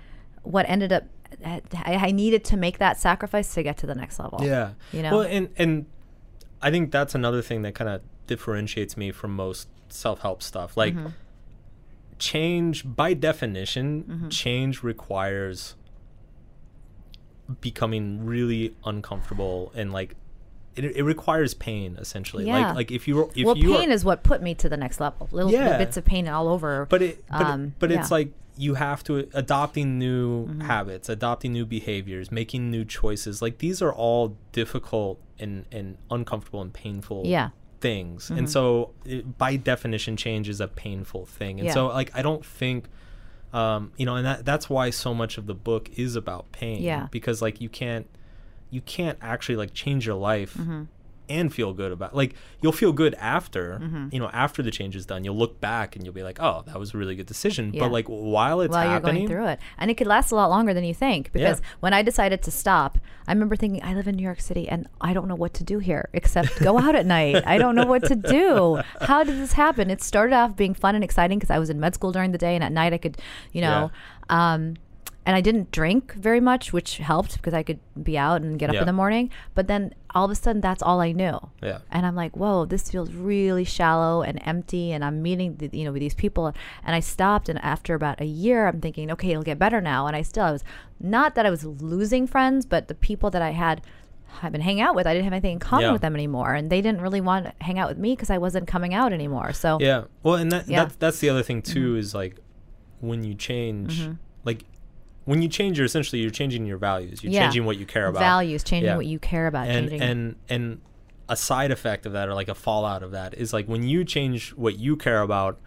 [SPEAKER 1] what ended up I, I needed to make that sacrifice to get to the next level.
[SPEAKER 2] Yeah.
[SPEAKER 1] you know.
[SPEAKER 2] Well, and and I think that's another thing that kind of differentiates me from most self-help stuff. Like
[SPEAKER 1] Mm-hmm.
[SPEAKER 2] change by definition,
[SPEAKER 1] Mm-hmm.
[SPEAKER 2] change requires becoming really uncomfortable and like it, it requires pain essentially.
[SPEAKER 1] Yeah.
[SPEAKER 2] Like like if you were if
[SPEAKER 1] well,
[SPEAKER 2] you
[SPEAKER 1] pain
[SPEAKER 2] are,
[SPEAKER 1] is what put me to the next level. Little
[SPEAKER 2] Yeah.
[SPEAKER 1] bits of pain all over.
[SPEAKER 2] but it but, it- but it's
[SPEAKER 1] Um, yeah. Mm-hmm.
[SPEAKER 2] like you have to adopting new habits adopting new behaviors making new choices like these are all difficult and and uncomfortable and painful
[SPEAKER 1] Yeah. Mm-hmm.
[SPEAKER 2] things and so it, by definition change is a painful thing and
[SPEAKER 1] Yeah.
[SPEAKER 2] so like i don't think um you know and that that's why so much of the book is about pain
[SPEAKER 1] Yeah.
[SPEAKER 2] because like you can't you can't actually like change your life
[SPEAKER 1] Mm-hmm.
[SPEAKER 2] and feel good about like you'll feel good after
[SPEAKER 1] Mm-hmm.
[SPEAKER 2] you know after the change is done you'll look back and you'll be like oh that was a really good decision
[SPEAKER 1] Yeah.
[SPEAKER 2] but like while it's
[SPEAKER 1] while you're
[SPEAKER 2] happening
[SPEAKER 1] going through it, and it could last a lot longer than you think. Because
[SPEAKER 2] Yeah.
[SPEAKER 1] when I decided to stop, I remember thinking, I live in New York City, and I don't know what to do here except go out at night. I don't know what to
[SPEAKER 2] *laughs*
[SPEAKER 1] do. How did this happen? It started off being fun and exciting because I was in med school during the day, and at night I could, you know. Um, and I didn't drink very much, which helped because I could be out and get up
[SPEAKER 2] Yeah.
[SPEAKER 1] in the morning. But then all of a sudden, that's all I knew.
[SPEAKER 2] Yeah.
[SPEAKER 1] And I'm like, whoa, this feels really shallow and empty. And I'm meeting, the, you know, with these people. And I stopped. And after about a year, I'm thinking, okay, it'll get better now. And I still, I was not that I was losing friends, but the people that I had, I've been hanging out with, I didn't have anything in common
[SPEAKER 2] Yeah.
[SPEAKER 1] with them anymore. And they didn't really want to hang out with me because I wasn't coming out anymore. So,
[SPEAKER 2] yeah well and that,
[SPEAKER 1] Yeah. Mm-hmm.
[SPEAKER 2] that's that's the other thing too is like when you change like when you change you're essentially you're changing your values you're
[SPEAKER 1] Yeah.
[SPEAKER 2] changing what you care about
[SPEAKER 1] values, changing
[SPEAKER 2] Yeah.
[SPEAKER 1] what you care about,
[SPEAKER 2] and
[SPEAKER 1] changing.
[SPEAKER 2] and and a side effect of that or like a fallout of that is like when you change what you care about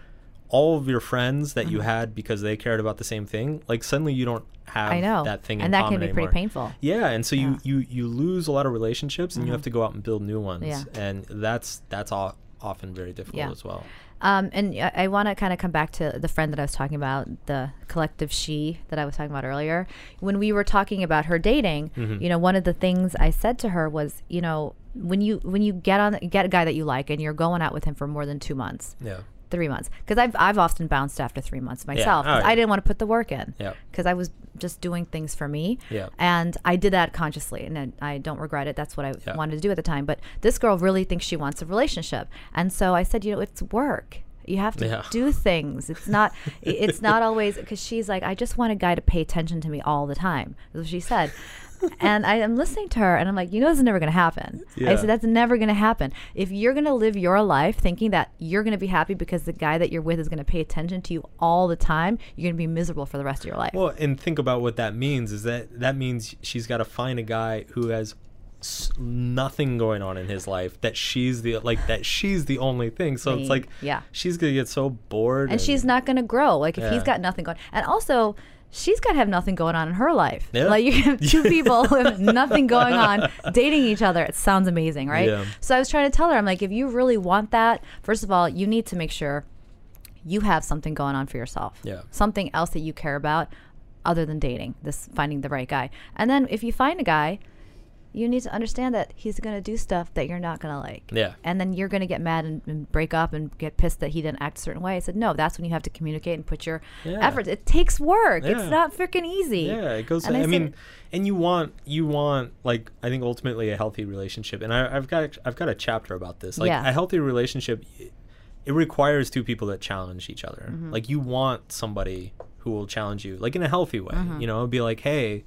[SPEAKER 2] all of your friends that
[SPEAKER 1] Mm-hmm.
[SPEAKER 2] you had because they cared about the same thing like suddenly you don't have
[SPEAKER 1] I know.
[SPEAKER 2] that thing in
[SPEAKER 1] and that
[SPEAKER 2] common
[SPEAKER 1] can be
[SPEAKER 2] anymore.
[SPEAKER 1] pretty painful. Mm-hmm.
[SPEAKER 2] yeah and so you you you lose a lot of relationships and you have to go out and build new ones
[SPEAKER 1] Yeah.
[SPEAKER 2] and that's that's all often very difficult
[SPEAKER 1] Yeah.
[SPEAKER 2] as well
[SPEAKER 1] Um, and I, I want to kind of come back to the friend that I was talking about, the collective she that I was talking about earlier. When we were talking about her dating, you know, one of the things I said to her was, you know, when you when you get on get a guy that you like and you're going out with him for more than two months,
[SPEAKER 2] yeah
[SPEAKER 1] three months, because I've I've often bounced after three months myself. 'cause
[SPEAKER 2] Oh, yeah.
[SPEAKER 1] I didn't want to put the work in
[SPEAKER 2] Yeah.
[SPEAKER 1] because I was just doing things for me.
[SPEAKER 2] Yeah.
[SPEAKER 1] And I did that consciously, and I- I don't regret it. That's what I
[SPEAKER 2] Yeah.
[SPEAKER 1] wanted to do at the time. But this girl really thinks she wants a relationship, and so I said, you know, it's work. You have to
[SPEAKER 2] Yeah.
[SPEAKER 1] do things. It's not. i- it's not always *laughs* because she's like, I just want a guy to pay attention to me all the time. That's what she said. and I am listening to her, and I'm like, you know, this is never going to happen. I
[SPEAKER 2] Yeah.
[SPEAKER 1] said, that's never going to happen. If you're going to live your life thinking that you're going to be happy because the guy that you're with is going to pay attention to you all the time, you're going to be miserable for the rest of your life.
[SPEAKER 2] Well, and think about what that means is that that means she's got to find a guy who has s- nothing going on in his life that she's the like that she's the only thing. So
[SPEAKER 1] Thing,
[SPEAKER 2] it's like
[SPEAKER 1] yeah.
[SPEAKER 2] she's gonna get so bored,
[SPEAKER 1] and she's not going to grow. Like if he's
[SPEAKER 2] Yeah.
[SPEAKER 1] got nothing going, and also she's got to have nothing going on in her life.
[SPEAKER 2] Yeah.
[SPEAKER 1] Like you have
[SPEAKER 2] *laughs*
[SPEAKER 1] two people who have nothing going on dating each other. It sounds amazing, right?
[SPEAKER 2] Yeah.
[SPEAKER 1] So I was trying to tell her, I'm like, if you really want that, first of all, you need to make sure you have something going on for yourself.
[SPEAKER 2] Yeah.
[SPEAKER 1] Something else that you care about other than dating, this finding the right guy. And then if you find a guy, you need to understand that he's going to do stuff that you're not going to like.
[SPEAKER 2] Yeah.
[SPEAKER 1] And then you're going to get mad and, and break up and get pissed that he didn't act a certain way. I said, no, that's when you have to communicate and put your
[SPEAKER 2] Yeah.
[SPEAKER 1] efforts. It takes work.
[SPEAKER 2] Yeah.
[SPEAKER 1] It's not freaking easy.
[SPEAKER 2] Yeah, it goes.
[SPEAKER 1] And
[SPEAKER 2] I,
[SPEAKER 1] said-
[SPEAKER 2] mean, and you want you want like I think ultimately a healthy relationship, and I, I've got I've got a chapter about this. Like
[SPEAKER 1] Yeah.
[SPEAKER 2] a healthy relationship, it- it requires two people that challenge each other.
[SPEAKER 1] Mm-hmm.
[SPEAKER 2] Like you want somebody who will challenge you, like in a healthy way.
[SPEAKER 1] Mm-hmm.
[SPEAKER 2] You know, be like, hey,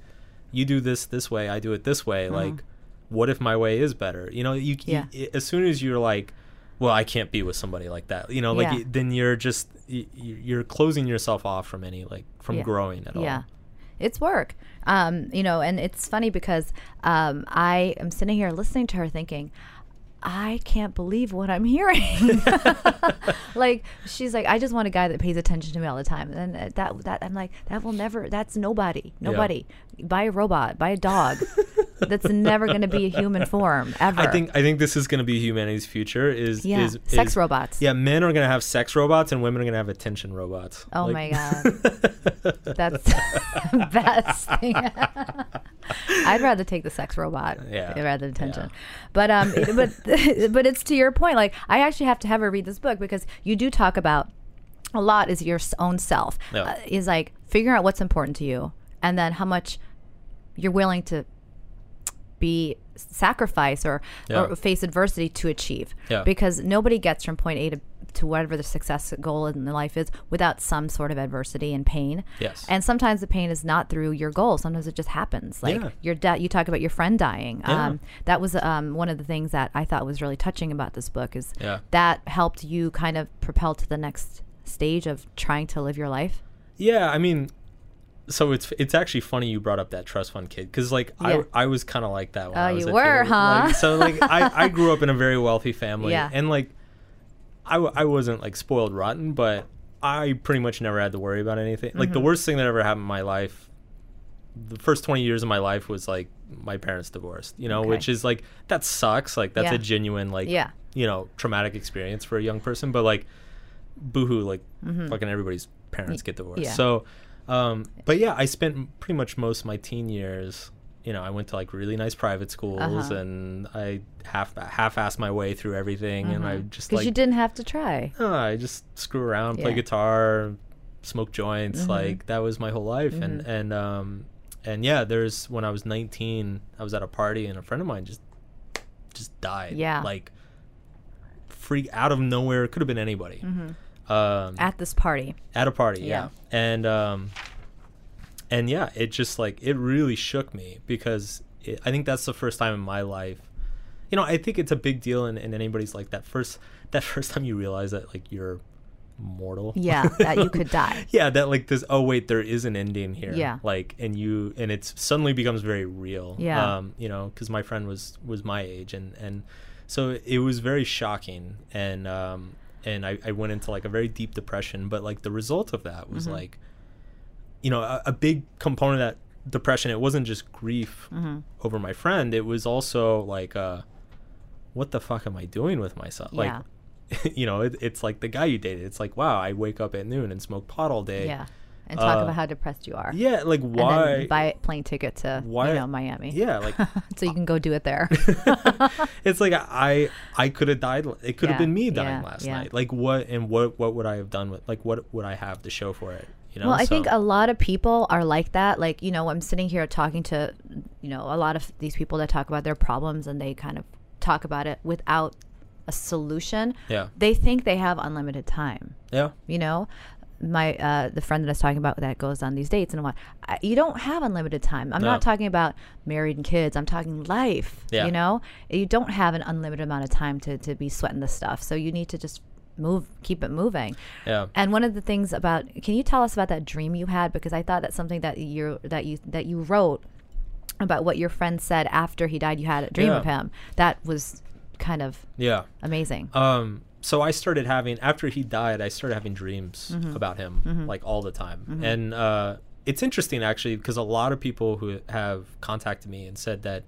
[SPEAKER 2] you do this this way, I do it this way. Like, what if my way is better? You know, you,
[SPEAKER 1] Mm-hmm. Yeah.
[SPEAKER 2] you as soon as you're like. Well, I can't be with somebody like that. You know, like
[SPEAKER 1] Yeah.
[SPEAKER 2] y then you're just y- y- you're closing yourself off from any like from
[SPEAKER 1] Yeah.
[SPEAKER 2] growing at all.
[SPEAKER 1] Yeah. It's work. Um, you know, and it's funny because um, I am sitting here listening to her thinking, I can't believe what I'm hearing. *laughs* like she's like, I just want a guy that pays attention to me all the time, and uh, that that I'm like, that will never. That's nobody. Nobody. Buy a robot. Buy a
[SPEAKER 2] *laughs*
[SPEAKER 1] dog. that's never going to be a human form ever.
[SPEAKER 2] I think I think this is going to be humanity's future. Is
[SPEAKER 1] Yeah,
[SPEAKER 2] is,
[SPEAKER 1] sex
[SPEAKER 2] is-
[SPEAKER 1] robots.
[SPEAKER 2] Yeah, men are going to have sex robots, and women are going to have attention robots.
[SPEAKER 1] Oh
[SPEAKER 2] Like,
[SPEAKER 1] my
[SPEAKER 2] *laughs*
[SPEAKER 1] god, that's *laughs* the best *laughs* thing. I'd rather take the sex robot
[SPEAKER 2] Yeah,
[SPEAKER 1] rather than tension.
[SPEAKER 2] yeah.
[SPEAKER 1] But um, it-
[SPEAKER 2] *laughs*
[SPEAKER 1] but *laughs* but it's to your point. Like I actually have to have her read this book because you do talk about a lot is your s- own self
[SPEAKER 2] Yeah.
[SPEAKER 1] uh, is like figuring out what's important to you and then how much you're willing to be sacrifice or,
[SPEAKER 2] Yeah.
[SPEAKER 1] or face adversity to achieve
[SPEAKER 2] Yeah.
[SPEAKER 1] because nobody gets from point a to, to whatever the success goal in their life is without some sort of adversity and pain
[SPEAKER 2] Yes.
[SPEAKER 1] and sometimes the pain is not through your goal sometimes it just happens like
[SPEAKER 2] Yeah.
[SPEAKER 1] your death you talk about your friend dying
[SPEAKER 2] Yeah.
[SPEAKER 1] um, that was um, one of the things that i thought was really touching about this book is
[SPEAKER 2] Yeah.
[SPEAKER 1] that helped you kind of propel to the next stage of trying to live your life
[SPEAKER 2] Yeah, I mean, so it's it's actually funny you brought up that trust fund kid because like
[SPEAKER 1] Yeah.
[SPEAKER 2] I I was kind of like that when
[SPEAKER 1] Oh,
[SPEAKER 2] I was
[SPEAKER 1] you
[SPEAKER 2] a
[SPEAKER 1] were,
[SPEAKER 2] kid.
[SPEAKER 1] huh?
[SPEAKER 2] Like, so like I I grew up in a very
[SPEAKER 1] *laughs*
[SPEAKER 2] wealthy family,
[SPEAKER 1] Yeah.
[SPEAKER 2] and like I w- I wasn't like spoiled rotten, but I pretty much never had to worry about anything. Like the
[SPEAKER 1] Mm-hmm.
[SPEAKER 2] worst thing that ever happened in my life, the first twenty years of my life was like my parents divorced. You know,
[SPEAKER 1] Okay.
[SPEAKER 2] which is like that sucks. Like that's
[SPEAKER 1] Yeah.
[SPEAKER 2] a genuine like
[SPEAKER 1] Yeah.
[SPEAKER 2] you know traumatic experience for a young person, but like boohoo like fucking everybody's parents get divorced
[SPEAKER 1] Mm-hmm. yeah.
[SPEAKER 2] so um but yeah i spent m- pretty much most of my teen years you know i went to like really nice private schools
[SPEAKER 1] Uh-huh.
[SPEAKER 2] and i half half-assed my way through everything and i just
[SPEAKER 1] because
[SPEAKER 2] like
[SPEAKER 1] Mm-hmm. you didn't have to try
[SPEAKER 2] "Oh, i just screw around play
[SPEAKER 1] Yeah. Mm-hmm.
[SPEAKER 2] guitar smoke joints like that was my whole life and and um and yeah there's when i was 19 i was at a party and a friend of mine just just died
[SPEAKER 1] Yeah.
[SPEAKER 2] like freak out of nowhere could have been anybody
[SPEAKER 1] Mm-hmm.
[SPEAKER 2] um
[SPEAKER 1] at this party
[SPEAKER 2] at a party
[SPEAKER 1] Yeah.
[SPEAKER 2] yeah, and um and yeah it just like it really shook me because it, i think that's the first time in my life you know i think it's a big deal in, in anybody's like that first that *laughs* first time you realize that like you're mortal
[SPEAKER 1] yeah that you could die
[SPEAKER 2] yeah that like this oh wait there is an ending here
[SPEAKER 1] Yeah.
[SPEAKER 2] like and you and it's suddenly becomes very real
[SPEAKER 1] Yeah.
[SPEAKER 2] um you know because my friend was was my age and and so it was very shocking and um and I, I went into like a very deep depression but like the result of that
[SPEAKER 1] Mm-hmm.
[SPEAKER 2] was like you know a, a big component of that depression it wasn't just grief
[SPEAKER 1] Mm-hmm.
[SPEAKER 2] over my friend it was also like uh what the fuck am i doing with myself
[SPEAKER 1] Yeah.
[SPEAKER 2] *laughs* like you know, it, it's like the guy you dated. It's like, wow, I wake up at noon and smoke pot all day.
[SPEAKER 1] yeah and talk
[SPEAKER 2] eh, Uh,
[SPEAKER 1] about how depressed you are
[SPEAKER 2] Yeah, like
[SPEAKER 1] and
[SPEAKER 2] why?
[SPEAKER 1] then buy a plane ticket to
[SPEAKER 2] why?
[SPEAKER 1] you know Miami.
[SPEAKER 2] Yeah, like
[SPEAKER 1] *laughs* so you can go do it
[SPEAKER 2] *laughs*
[SPEAKER 1] there.
[SPEAKER 2] it's like I I could have died. It could have
[SPEAKER 1] Yeah,
[SPEAKER 2] been me
[SPEAKER 1] yeah,
[SPEAKER 2] dying last
[SPEAKER 1] yeah.
[SPEAKER 2] night. Like what and what what would I have done with? Like what would I have to show for it? You know.
[SPEAKER 1] well, I
[SPEAKER 2] So-
[SPEAKER 1] think uh, a lot of people are like that. Like, you know, I'm sitting here talking to, you know, a lot of these people that talk about their problems and they kind of talk about it without a solution.
[SPEAKER 2] Yeah.
[SPEAKER 1] They think they have unlimited time.
[SPEAKER 2] yeah.
[SPEAKER 1] you know my uh, the friend that I was talking about that goes on these dates and what I, you don't have unlimited time. I'm
[SPEAKER 2] No.
[SPEAKER 1] not talking about married and kids. I'm talking life.
[SPEAKER 2] Yeah.
[SPEAKER 1] You know, you don't have an unlimited amount of time to to be sweating this stuff. So you need to just move, keep it moving.
[SPEAKER 2] Yeah.
[SPEAKER 1] And one of the things about can you tell us about that dream you had because I thought that's something that you that you that you wrote about what your friend said after he died. You had a dream
[SPEAKER 2] Yeah.
[SPEAKER 1] of him that was kind of
[SPEAKER 2] Yeah.
[SPEAKER 1] amazing.
[SPEAKER 2] Um, so I started having after he died, I started having dreams
[SPEAKER 1] Mm-hmm.
[SPEAKER 2] about him like all the time, and uh, it's interesting actually because a lot of people who have contacted me and said that,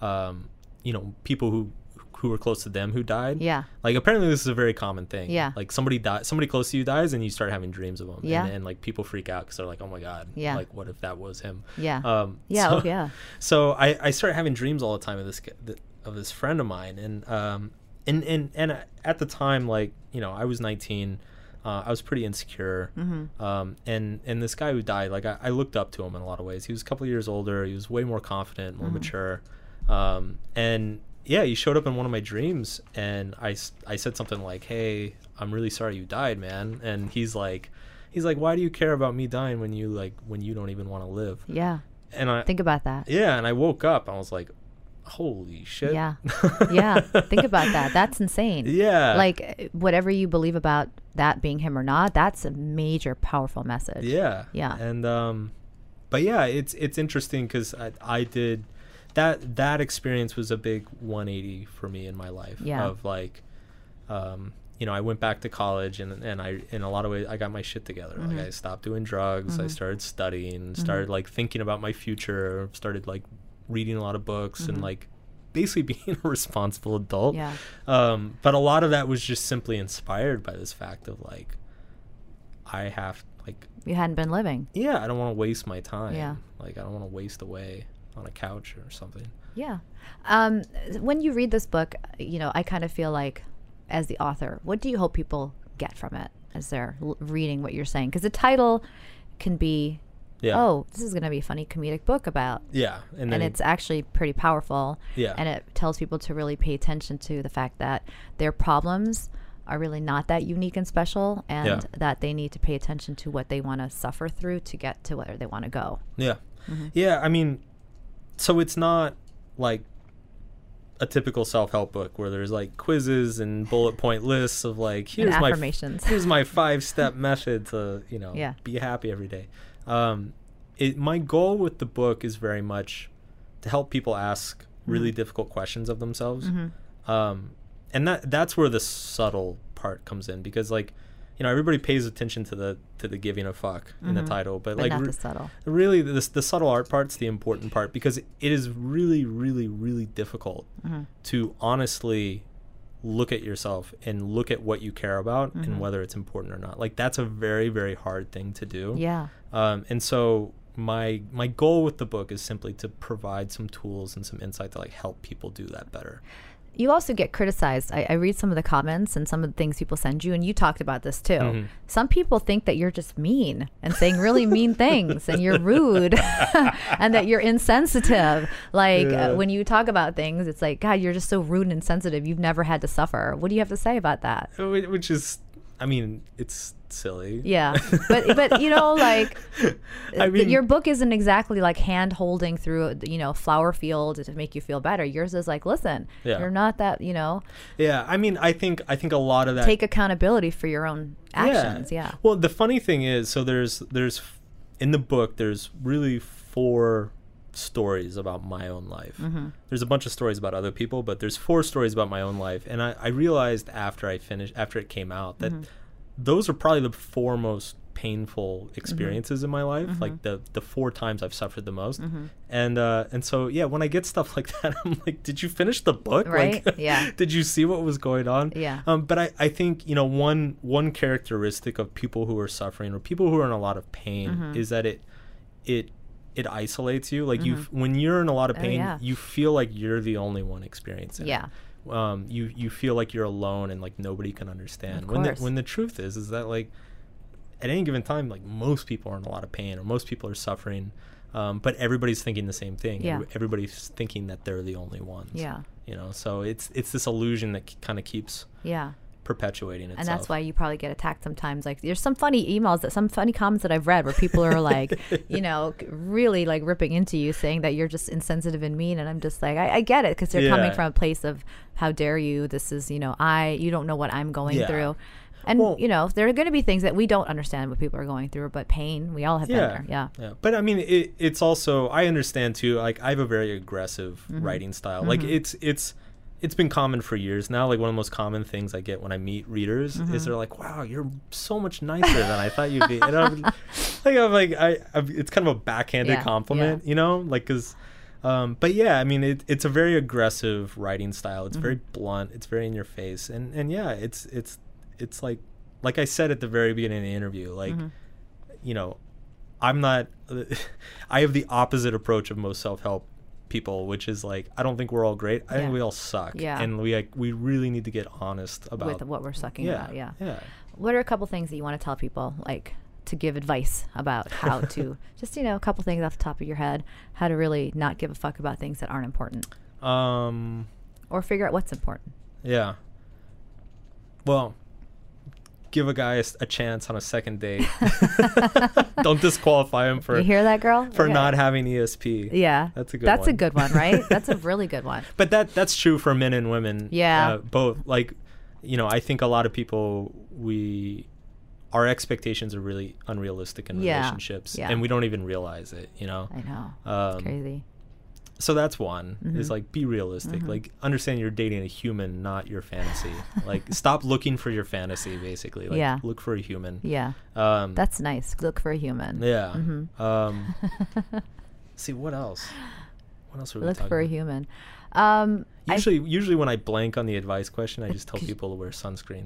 [SPEAKER 2] um, you know, people who who were close to them who died.
[SPEAKER 1] Yeah.
[SPEAKER 2] Like apparently this is a very common thing.
[SPEAKER 1] Yeah.
[SPEAKER 2] Like somebody dies, somebody close to you dies, and you start having dreams of them.
[SPEAKER 1] Yeah.
[SPEAKER 2] And, and like people freak out because they're like, oh my god.
[SPEAKER 1] Yeah.
[SPEAKER 2] Like what if that was him?
[SPEAKER 1] Yeah.
[SPEAKER 2] Um,
[SPEAKER 1] Yeah,
[SPEAKER 2] so-
[SPEAKER 1] oh, yeah.
[SPEAKER 2] *laughs* So I I started having dreams all the time of this g- th- of this friend of mine, and um and and and uh, at the time like you know I was 19. Uh, I was pretty insecure,
[SPEAKER 1] Mm-hmm.
[SPEAKER 2] um, and and this guy who died, like I, I looked up to him in a lot of ways. He was a couple of years older. He was way more confident,
[SPEAKER 1] Mm-hmm.
[SPEAKER 2] more mature, um, and yeah, he showed up in one of my dreams, and I s- I said something like, "Hey, I'm really sorry you died, man," and he's like, he's like, "Why do you care about me dying when you like when you don't even want to live?"
[SPEAKER 1] Yeah.
[SPEAKER 2] And I
[SPEAKER 1] Think about that.
[SPEAKER 2] yeah, and I woke up. I was like, "Holy shit!" *laughs*
[SPEAKER 1] Yeah. Yeah. Think about that. That's insane.
[SPEAKER 2] Yeah.
[SPEAKER 1] Like uh, whatever you believe about that being him or not, that's a major powerful message.
[SPEAKER 2] Yeah.
[SPEAKER 1] Yeah.
[SPEAKER 2] And um, but yeah, it's it's interesting because I I did that that experience was a big 180 for me in my life.
[SPEAKER 1] Yeah.
[SPEAKER 2] Of like, um, you know, I went back to college and and I in a lot of ways I got my shit together.
[SPEAKER 1] Mm-hmm.
[SPEAKER 2] Like I stopped doing drugs. I started studying. Started like thinking about my future. Started like reading a lot of books and like basically *laughs* being a responsible adult
[SPEAKER 1] Mm-hmm. Yeah.
[SPEAKER 2] um, but a lot of that was just simply inspired by this fact of like i have like
[SPEAKER 1] You hadn't been living.
[SPEAKER 2] yeah, I don't want to waste my time.
[SPEAKER 1] Yeah.
[SPEAKER 2] Like I don't want to waste away on a couch or something.
[SPEAKER 1] Yeah. Um, when you read this book, you know, I kind of feel like, as the author, what do you hope people get from it as they're l- reading what you're saying? Because the title can be,
[SPEAKER 2] Yeah.
[SPEAKER 1] oh, this is going to be a funny comedic book about,
[SPEAKER 2] Yeah. And
[SPEAKER 1] and
[SPEAKER 2] then
[SPEAKER 1] it's actually pretty powerful.
[SPEAKER 2] Yeah.
[SPEAKER 1] And it tells people to really pay attention to the fact that their problems are really not that unique and special, and
[SPEAKER 2] Yeah.
[SPEAKER 1] that they need to pay attention to what they want to suffer through to get to where they want to go.
[SPEAKER 2] yeah.
[SPEAKER 1] Mm-hmm.
[SPEAKER 2] Yeah, I mean so it's not like a typical self-help book where there's like quizzes and bullet point lists of like
[SPEAKER 1] *laughs*
[SPEAKER 2] here's my
[SPEAKER 1] affirmations.
[SPEAKER 2] here's
[SPEAKER 1] *laughs*
[SPEAKER 2] my five-step method to, you know,
[SPEAKER 1] Yeah.
[SPEAKER 2] be happy every day. Um it my goal with the book is very much to help people ask really
[SPEAKER 1] Mm-hmm.
[SPEAKER 2] difficult questions of themselves. um, and that that's where the subtle part comes in because like you know everybody pays attention to the to the giving a fuck in the title but,
[SPEAKER 1] Mm-hmm. But
[SPEAKER 2] like
[SPEAKER 1] not
[SPEAKER 2] re-
[SPEAKER 1] the subtle.
[SPEAKER 2] really the, the subtle art part's the important part because it is really really really difficult
[SPEAKER 1] Mm-hmm.
[SPEAKER 2] to honestly look at yourself and look at what you care about
[SPEAKER 1] Mm-hmm.
[SPEAKER 2] and whether it's important or not like that's a very very hard thing to do
[SPEAKER 1] Yeah.
[SPEAKER 2] um, and so my my goal with the book is simply to provide some tools and some insight to like help people do that better
[SPEAKER 1] you also get criticized. I, I read some of the comments and some of the things people send you, and you talked about this too.
[SPEAKER 2] Mm-hmm.
[SPEAKER 1] Some people think that you're just mean and saying really mean things, and you're rude, *laughs* and that you're insensitive. Like uh, when you talk about things, it's like, God, you're just so rude and insensitive. You've never had to suffer. What do you have to say about that?
[SPEAKER 2] Wh- Oh, which is i mean it's silly
[SPEAKER 1] Yeah, but but you
[SPEAKER 2] *laughs*
[SPEAKER 1] know, like
[SPEAKER 2] i
[SPEAKER 1] th-
[SPEAKER 2] mean
[SPEAKER 1] your book isn't exactly like hand holding through you know flower field to make you feel better. Yours is like, listen,
[SPEAKER 2] Yeah.
[SPEAKER 1] you're not that you know.
[SPEAKER 2] yeah i mean i think i think a lot of that
[SPEAKER 1] Take accountability for your own actions. yeah.
[SPEAKER 2] well the funny thing is so there's there's f- in the book there's really four stories about my own life
[SPEAKER 1] Mm-hmm.
[SPEAKER 2] there's a bunch of stories about other people but there's four stories about my own life and i, I realized after i finished after it came out that
[SPEAKER 1] Mm-hmm.
[SPEAKER 2] those are probably the four most painful experiences in my life
[SPEAKER 1] Mm-hmm.
[SPEAKER 2] like the the four times i've suffered the most and uh and so yeah when i get stuff *laughs* like that i'm like did you finish the book
[SPEAKER 1] Right?
[SPEAKER 2] like *laughs*
[SPEAKER 1] Yeah.
[SPEAKER 2] did you see what was going on
[SPEAKER 1] Yeah.
[SPEAKER 2] um but i i think you know one one characteristic of people who are suffering or people who are in a lot of pain
[SPEAKER 1] Mm-hmm.
[SPEAKER 2] is that it it it isolates you like you when you're in a lot of pain
[SPEAKER 1] Mm-hmm. Oh, yeah.
[SPEAKER 2] you feel like you're the only one experiencing it.
[SPEAKER 1] Yeah.
[SPEAKER 2] um you you feel like you're alone and like nobody can understand
[SPEAKER 1] Of
[SPEAKER 2] when the
[SPEAKER 1] course.
[SPEAKER 2] when the truth is is that like at any given time like most people are in a lot of pain or most people are suffering um, but everybody's thinking the same thing
[SPEAKER 1] Yeah.
[SPEAKER 2] Every- everybody's thinking that they're the only ones
[SPEAKER 1] Yeah.
[SPEAKER 2] you know so it's it's this illusion that kind of keeps
[SPEAKER 1] Yeah.
[SPEAKER 2] perpetuating itself
[SPEAKER 1] And that's why you probably get attacked sometimes. Like, there's some funny emails that some funny comments that I've read where people are
[SPEAKER 2] *laughs*
[SPEAKER 1] like, you know, c- really like ripping into you, saying that you're just insensitive and mean. And I'm just like, I, I get it because they're coming
[SPEAKER 2] Yeah.
[SPEAKER 1] from a place of, how dare you? This is, you know, I, you don't know what I'm going
[SPEAKER 2] Yeah.
[SPEAKER 1] through. And,
[SPEAKER 2] Well-
[SPEAKER 1] you know, there are going to be things that we don't understand what people are going through, but pain, we all have been there. Yeah.
[SPEAKER 2] But I mean, it, it's also I understand too. Like I have a very aggressive
[SPEAKER 1] Mm-hmm.
[SPEAKER 2] writing style. Like it's it's it's been common for years now. Like one of the most common things I get when I meet readers
[SPEAKER 1] Mm-hmm.
[SPEAKER 2] is they're like, "Wow, you're so much nicer than I thought you'd be."
[SPEAKER 1] *laughs*
[SPEAKER 2] And I'm like, I'm like I, i it's kind of a backhanded
[SPEAKER 1] Yeah,
[SPEAKER 2] compliment, you know, like because. Um, but yeah, I mean, it, it's a very aggressive writing style.
[SPEAKER 1] Mm-hmm.
[SPEAKER 2] It's very blunt. It's very in your face, and and yeah, it's it's it's like like I said at the very beginning of the interview, like
[SPEAKER 1] Mm-hmm.
[SPEAKER 2] you know, I'm not. *laughs* I have the opposite approach of most self help people, which is like I don't think we're all great. I
[SPEAKER 1] Yeah.
[SPEAKER 2] think we all suck,
[SPEAKER 1] Yeah.
[SPEAKER 2] and we like we really need to get honest about
[SPEAKER 1] with what we're sucking
[SPEAKER 2] yeah,
[SPEAKER 1] about. Yeah.
[SPEAKER 2] yeah.
[SPEAKER 1] What are a couple things that you want to tell people, like to give advice about how
[SPEAKER 2] *laughs*
[SPEAKER 1] to just you know a couple things off the top of your head, how to really not give a fuck about things that aren't important,
[SPEAKER 2] Um,
[SPEAKER 1] or figure out what's important.
[SPEAKER 2] yeah. Well, give a guy a, s- a chance on a
[SPEAKER 1] *laughs*
[SPEAKER 2] second date. *laughs* Don't disqualify him for
[SPEAKER 1] you hear that, girl?
[SPEAKER 2] *laughs* for
[SPEAKER 1] Yeah.
[SPEAKER 2] not having E ESP.
[SPEAKER 1] Yeah.
[SPEAKER 2] That's a good
[SPEAKER 1] That's a
[SPEAKER 2] one.
[SPEAKER 1] good one, right? That's
[SPEAKER 2] *laughs*
[SPEAKER 1] a really good one.
[SPEAKER 2] but that that's true for men and women.
[SPEAKER 1] Yeah.
[SPEAKER 2] uh, both. Like, you know, I think a lot of people we our expectations are really unrealistic in
[SPEAKER 1] Yeah,
[SPEAKER 2] relationships,
[SPEAKER 1] yeah.
[SPEAKER 2] and we don't even realize it. You know.
[SPEAKER 1] I know.
[SPEAKER 2] Um,
[SPEAKER 1] Crazy. Mm-hmm.
[SPEAKER 2] so that's one is like be realistic like understand you're dating a human not your fantasy
[SPEAKER 1] *laughs*
[SPEAKER 2] like stop looking for your fantasy basically like
[SPEAKER 1] Yeah.
[SPEAKER 2] look for a human
[SPEAKER 1] Yeah.
[SPEAKER 2] um
[SPEAKER 1] That's nice. Look for a human.
[SPEAKER 2] yeah
[SPEAKER 1] Mm-hmm. *laughs*
[SPEAKER 2] um see what else what else were we
[SPEAKER 1] Look
[SPEAKER 2] talking
[SPEAKER 1] for a
[SPEAKER 2] about?
[SPEAKER 1] human. Um, I-
[SPEAKER 2] usually usually when i blank on the advice question i just tell people to wear sunscreen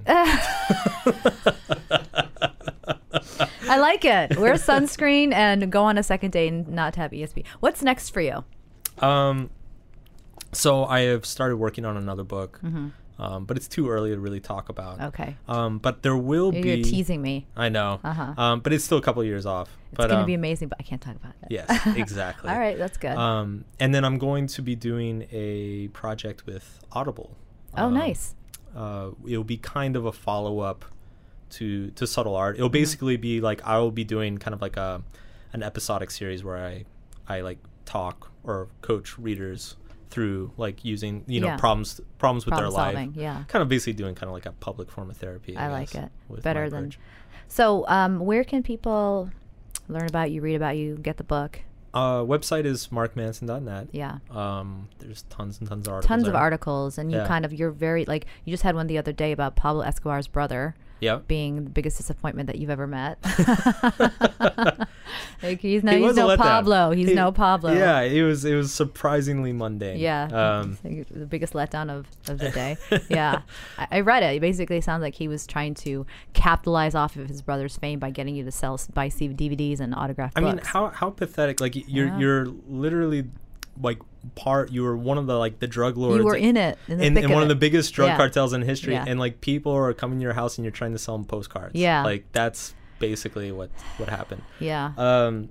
[SPEAKER 1] I like it.
[SPEAKER 2] *laughs*
[SPEAKER 1] Wear sunscreen and go on a second date and not have ESP. What's next for you?
[SPEAKER 2] Um, so I have started working on another book,
[SPEAKER 1] Mm-hmm.
[SPEAKER 2] um, but it's too early to really talk about.
[SPEAKER 1] Okay.
[SPEAKER 2] Um, but there will
[SPEAKER 1] Oh. You're
[SPEAKER 2] be.
[SPEAKER 1] teasing me.
[SPEAKER 2] I know.
[SPEAKER 1] Uh-huh.
[SPEAKER 2] Um, but it's still a couple years off.
[SPEAKER 1] It's
[SPEAKER 2] but,
[SPEAKER 1] going to
[SPEAKER 2] um,
[SPEAKER 1] be amazing, but I can't talk about it. *laughs*
[SPEAKER 2] Yes, exactly.
[SPEAKER 1] All right, that's good. Oh,
[SPEAKER 2] Um, and then I'm going to be doing a project with Audible.
[SPEAKER 1] oh,
[SPEAKER 2] Um,
[SPEAKER 1] nice.
[SPEAKER 2] uh, it'll be kind of a follow up to to subtle art.
[SPEAKER 1] Mm-hmm.
[SPEAKER 2] It'll basically be like I will be doing kind of like a an episodic series where I I like talk or coach readers through like using you know
[SPEAKER 1] Yeah.
[SPEAKER 2] problems problems with
[SPEAKER 1] Problem
[SPEAKER 2] their life.
[SPEAKER 1] solving, yeah.
[SPEAKER 2] Kind of basically doing kind of like a public form of therapy.
[SPEAKER 1] I
[SPEAKER 2] I,
[SPEAKER 1] like
[SPEAKER 2] guess,
[SPEAKER 1] it.
[SPEAKER 2] with my
[SPEAKER 1] Better than.
[SPEAKER 2] approach.
[SPEAKER 1] So, um, where can people learn about you, read about you, get the book?
[SPEAKER 2] uh, website is markmanson.net.
[SPEAKER 1] Yeah.
[SPEAKER 2] Um, there's tons and tons of articles.
[SPEAKER 1] Tons of
[SPEAKER 2] there.
[SPEAKER 1] articles, and you
[SPEAKER 2] Yeah.
[SPEAKER 1] kind of, you're very, like, you just had one the other day about Pablo Escobar's brother.
[SPEAKER 2] Yeah.
[SPEAKER 1] being the biggest disappointment that you've ever
[SPEAKER 2] *laughs*
[SPEAKER 1] met. *laughs* like he's no,
[SPEAKER 2] He
[SPEAKER 1] he's
[SPEAKER 2] was a
[SPEAKER 1] no
[SPEAKER 2] letdown.
[SPEAKER 1] Pablo. He's
[SPEAKER 2] He-
[SPEAKER 1] no Pablo.
[SPEAKER 2] Yeah, it was it was surprisingly mundane.
[SPEAKER 1] Yeah.
[SPEAKER 2] Um,
[SPEAKER 1] It's like the biggest letdown of, of the
[SPEAKER 2] *laughs*
[SPEAKER 1] day. yeah. I, I read it. It basically sounds like he was trying to capitalize off of his brother's fame by getting you to sell, buy C- DVDs and autograph
[SPEAKER 2] I
[SPEAKER 1] books.
[SPEAKER 2] mean, how how pathetic! Like y- you're
[SPEAKER 1] Yeah.
[SPEAKER 2] you're literally like part. You were one of the like the drug lords.
[SPEAKER 1] you were in it. In, the
[SPEAKER 2] in,
[SPEAKER 1] thick
[SPEAKER 2] in one of
[SPEAKER 1] it.
[SPEAKER 2] the biggest drug
[SPEAKER 1] Yeah.
[SPEAKER 2] cartels in history,
[SPEAKER 1] Yeah.
[SPEAKER 2] and like people are coming to your house and you're trying to sell them postcards.
[SPEAKER 1] Yeah.
[SPEAKER 2] like that's basically what what happened.
[SPEAKER 1] Yeah.
[SPEAKER 2] Um,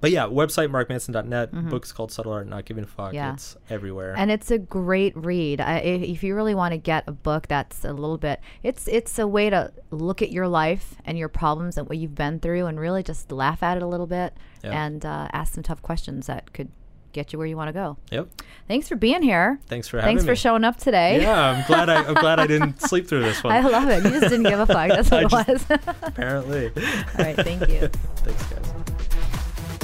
[SPEAKER 2] but yeah, website markmanson.net. Book's called Subtle Art, Not Giving a Fuck.
[SPEAKER 1] Mm-hmm. Yeah.
[SPEAKER 2] It's everywhere.
[SPEAKER 1] and it's a great read. I, i- if you really want to get a book that's a little bit, it's it's a way to look at your life and your problems and what you've been through, and really just laugh at it a little bit
[SPEAKER 2] Yeah.
[SPEAKER 1] and uh, ask some tough questions that could get you where you want to go.
[SPEAKER 2] yep.
[SPEAKER 1] Thanks for being here.
[SPEAKER 2] Thanks for having
[SPEAKER 1] Thanks
[SPEAKER 2] me.
[SPEAKER 1] for showing up today.
[SPEAKER 2] Yeah, I'm glad I I'm glad I didn't sleep through this
[SPEAKER 1] *laughs*
[SPEAKER 2] one.
[SPEAKER 1] I love it. You just didn't give a fuck. That's what
[SPEAKER 2] *laughs* I
[SPEAKER 1] it was. *laughs*
[SPEAKER 2] just- Apparently.
[SPEAKER 1] All right, thank you.
[SPEAKER 2] Thanks, guys.